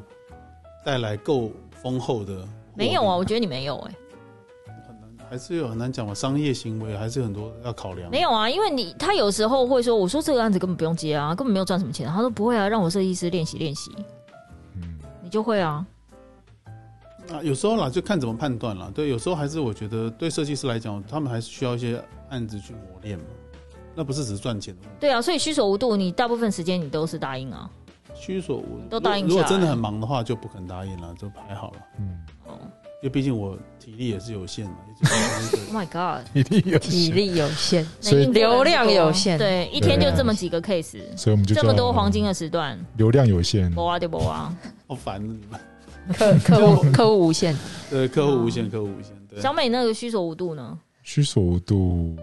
S1: 带来够丰厚的，
S2: 没有啊，我觉得你没有哎、
S1: 很难，还是有很难讲嘛。商业行为还是有很多要考量。
S2: 没有啊，因为你他有时候会说，我说这个案子根本不用接啊，根本没有赚什么钱。他说不会啊，让我设计师练习练习，
S4: 嗯，
S2: 你就会啊。
S1: 啊，有时候啦，就看怎么判断了。对，有时候还是我觉得对设计师来讲，他们还是需要一些案子去磨练嘛。那不是只是赚钱的问题，
S2: 对啊，所以虚手无度，你大部分时间你都是答应啊。
S1: 需所无
S2: 都答应
S1: 如果
S2: 下来
S1: 真的很忙的话，就不肯答应了，就还好了。
S4: 嗯，
S2: 哦、
S1: 因为毕竟我体力也是有限的，也就是 那个
S2: oh my god，
S4: 一定有
S3: 体
S4: 限，
S3: 力有 限，
S4: 所以
S2: 能应付的人
S3: 流量
S2: 不多
S3: 有限
S2: 对，一天就这么几个 case，
S4: 所以我们就
S2: 这么
S4: 叫
S2: 多黄金的时段，
S4: 流量有限，
S2: 播啊就播啊。
S1: 好烦的你们。
S3: 客客户客户无限，
S1: 对，客户无限，客户无限。对，
S2: 小美那个虚手无度呢？
S4: 虚所无度，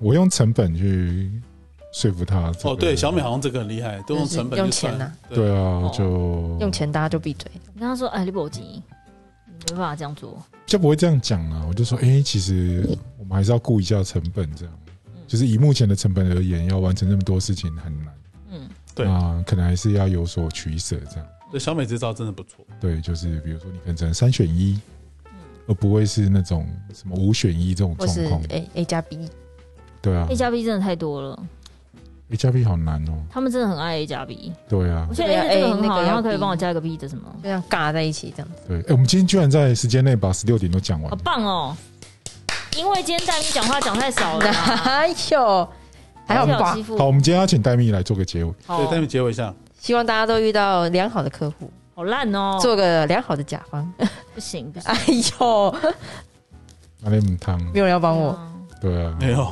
S4: 我用成本去说服他、
S1: 哦，对，小美好像这个很厉害，都用成本
S3: 用
S1: 去算
S3: 钱呐、
S4: 对啊，就
S2: 哦
S3: 用钱大家就闭嘴。
S2: 你跟她说，哎，你不急，你没办法这样做。
S4: 就不会这样讲啦。我就说，哎、其实我们还是要顾一下成本，这样
S2: 嗯
S4: 就是以目前的成本而言，要完成这么多事情很难。
S2: 嗯，
S1: 对
S4: 啊，可能还是要有所取舍，这样
S1: 对，小美这招真的不错。
S4: 对，就是比如说你可能只能三选一，
S2: 嗯
S4: 而不会是那种什么五选一这种
S3: 或是
S4: 状况。
S3: A A 加 B，
S4: 对啊
S2: A 加 B 真的太多了，
S4: ，A 加 B 好难哦。
S2: 他们真的很爱 A 加 B。
S4: 对啊
S2: 我，觉得
S3: 对
S2: A
S3: 啊
S2: 是这个很
S3: A 那
S2: 好，
S3: 个要
S2: 然后可以
S3: B
S2: 帮我加一个 B 的什么？
S3: 就这样尬在一起这样子。
S4: 对，哎、我们今天居然在时间内把十六点都讲完
S2: 好
S4: 了。
S2: 棒哦！因为今天戴咪讲话讲太 少了啦，
S3: 哪有？哎还
S2: 还
S3: 好
S2: 是有
S3: 吧
S2: 欺，负
S4: 好，我们今天要请戴蜜来做个结尾。
S1: 对，但
S2: 好
S1: 是结尾一下，
S3: 希望大家都遇到良好的客户。
S2: 好烂哦，
S3: 做个良好的甲 方。
S2: 不行不行，
S3: 哎呦，
S4: 阿雷姆汤，
S3: 没有人要帮 我，
S2: 嗯
S4: 对啊，
S1: 没 有，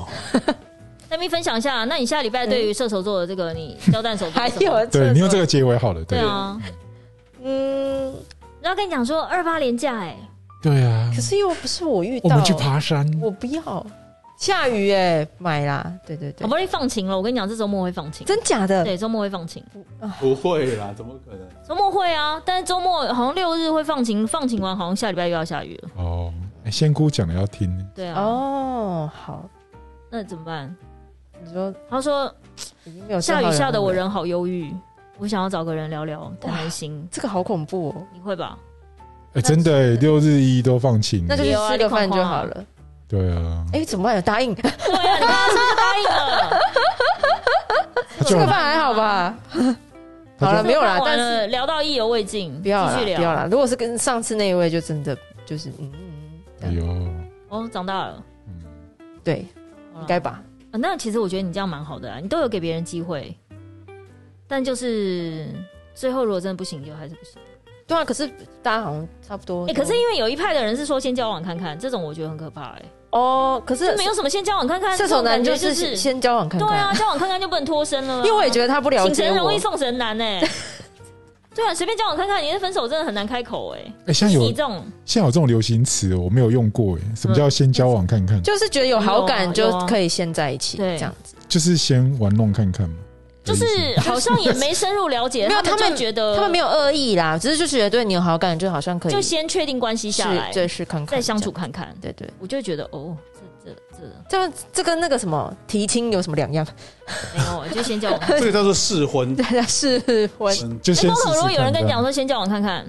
S2: 戴咪分享一下，那你下礼拜对于射手座的这个你交战手
S3: 还
S2: 还
S3: 有
S4: 对你用这
S3: 哎个，
S4: 个结尾好了，
S2: 对
S4: 对
S2: 啊，
S3: 嗯，
S2: 然后跟你讲说二八廉价哎，
S4: 对啊
S3: 可，是又不是我遇
S4: 我
S3: 到，
S4: 们去爬山，
S3: 我不要。下雨哎、买啦，对对
S2: 好
S3: 对
S2: 不，容易放晴了，我跟你讲这周末会放晴，
S3: 哦真假的，
S2: 对，周末会放晴，
S1: 不会啦，怎么可能？
S2: 周末会啊，但是周末好像六日会放晴，放晴完好像下礼拜又要下雨了，
S4: 哦，哎仙姑讲的要听，
S2: 对啊，
S3: 哦，哦，好，
S2: 那怎么办？
S3: 你说
S2: 他说
S3: 已经没有
S2: 下雨下的我
S3: 人，
S2: 人好忧郁，我想要找个人聊聊，谈谈心，
S3: 这个好恐怖哦。
S2: 你会吧？
S4: 哎，真的欸，六日一都放晴，
S3: 那就去
S2: 有啊
S3: 吃个饭
S2: 你看
S3: 就
S2: 看啊
S3: 好了。
S4: 对啊，
S3: 哎，怎么办？有答 应吃
S2: 对啊，你刚刚是不是答应 了？
S4: 他就
S3: 个饭还好 吧？好啊了，没有啦，
S2: 完
S3: 但
S2: 了
S3: 是
S2: 聊到意犹未尽，
S3: 不要啦，
S2: 继续
S3: 不
S2: 聊，
S3: 要啦。如果是跟上次那一位，就真的就是嗯嗯，
S4: 哎呦，
S2: 哦，长大了，
S4: 嗯，
S3: 嗯，对，
S2: 好啦
S3: 应该吧？
S2: 啊那其实我觉得你这样蛮好的啊，你都有给别人机会，但就是最后如果真的不行，就还是不行。
S3: 对啊，可是大家好像差不多
S2: 哎、
S3: 都。
S2: 可是因为有一派的人是说先交往看看，这种我觉得很可怕、欸，
S3: 哦，可是
S2: 哎，没有什么先交往看看，
S3: 射手男
S2: 这
S3: 就
S2: 种感觉
S3: 是
S2: 就是
S3: 先先交往看看，
S2: 对啊，，交往看看就不能脱身了啦，
S3: 因为我也觉
S2: 得
S3: 得他不了
S2: 请
S3: 解
S2: 神容易
S3: 我。
S2: 送神难哎、 对啊，随便交往看看，你的分手真的很难开口哎、
S4: 哎，现在有
S2: 你这种
S4: 现在有这种流行词哦，我没有用过哎，什么叫先交往看看？
S3: 就是觉得有好感
S2: 有啊
S3: 就
S2: 有啊
S3: 可以先在一起，
S2: 对
S3: 这样子。
S4: 就是先玩弄看看嘛，
S2: 就是好像也没深入了解，
S3: 没有
S2: 他
S3: 他们
S2: 就觉得
S3: 他们没有恶意啦，只是就觉得对你有好感，就好像可以
S2: 就先确定关系下来
S3: 是，对是看看
S2: 再相处
S3: 这
S2: 看看，
S3: 样。对对，
S2: 我就觉得哦，这这这
S3: 这样这跟那个什么提亲有什么两样？
S2: 没有啊，就先交往。
S1: 这个叫做试婚。
S3: 大家试婚
S1: 嗯
S4: 就先
S2: 公
S4: 试
S2: 投哎
S4: 试
S2: 如果有人
S4: 看
S2: 跟你
S4: 这样
S2: 讲说先交往看看，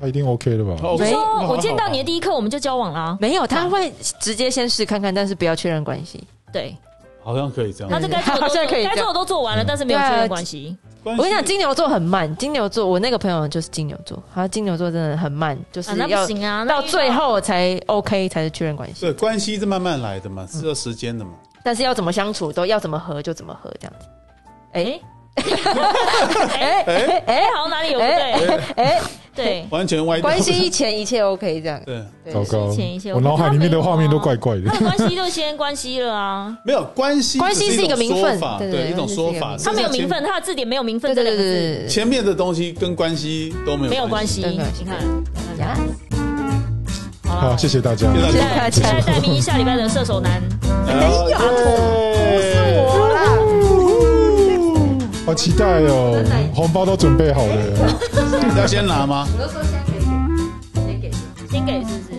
S4: 他一定 OK 了吧？
S1: 哦
S3: 没
S2: 说
S1: 那还好
S2: 我见到你的第一刻我们就交往啊啦，
S3: 没有，他会直接先试看看，但是不要确认关系。
S2: 对，
S1: 好像可以这样。
S2: 他这该做的
S3: 好
S2: 都
S3: 像
S2: 做
S3: 可以这样
S2: 该做的都做完了，
S4: 嗯
S2: 但是没有
S3: 对啊
S2: 确认关系，
S1: 关系
S3: 我跟你讲，金牛座很慢，金牛座我那个朋友就是金牛座，他金牛座真的很慢，就是
S2: 啊，那
S3: 要
S2: 不行啊，那
S3: 到
S2: 遇
S3: 最后才 OK 才是确认关系，
S1: 对关系是慢慢来的嘛，
S3: 嗯
S1: 是要时间的嘛。
S3: 但是要怎么相处都要怎么合就怎么合这样子。哎哎哎
S2: 哎，
S3: 哎
S2: 好像哪里有不
S3: 哎
S2: 对，
S3: 哎，
S2: 对，
S1: 完全歪掉
S3: 关系前一切 OK 这样。
S1: 对，
S3: 对
S4: 糟糕
S2: 之前一些，
S4: 我脑海里面的画面都怪怪的
S2: 他。们关系就先关系了啊，
S1: 没有关系，
S3: 关系
S1: 只
S3: 是
S1: 是
S3: 一个名
S1: 种
S3: 分
S1: 说法
S3: 对对
S1: 对
S3: 对
S1: 一种说
S3: 关
S1: 法。
S3: 系是一个名
S1: 剩下
S2: 他没有
S3: 分
S2: 名分，
S1: 前，
S2: 他的字典没有名分
S3: 对
S2: 这
S3: 对
S2: 两
S3: 对
S2: 个字，
S3: 对对，
S1: 前面的东西跟关系都没有
S2: 没有关系，
S3: 真的
S2: 你看，
S3: 呀，
S2: 好
S4: 好，
S2: 了，
S4: 谢谢大家。
S1: 谢谢大家
S3: 谢谢大
S2: 期待
S3: 家。
S2: 戴明一下礼拜的射手男，
S3: 哎
S1: 没有，不是我。
S3: 好啦
S4: 好期待哦，红包都准备好了。
S1: 要先拿吗？
S2: 先给是不是？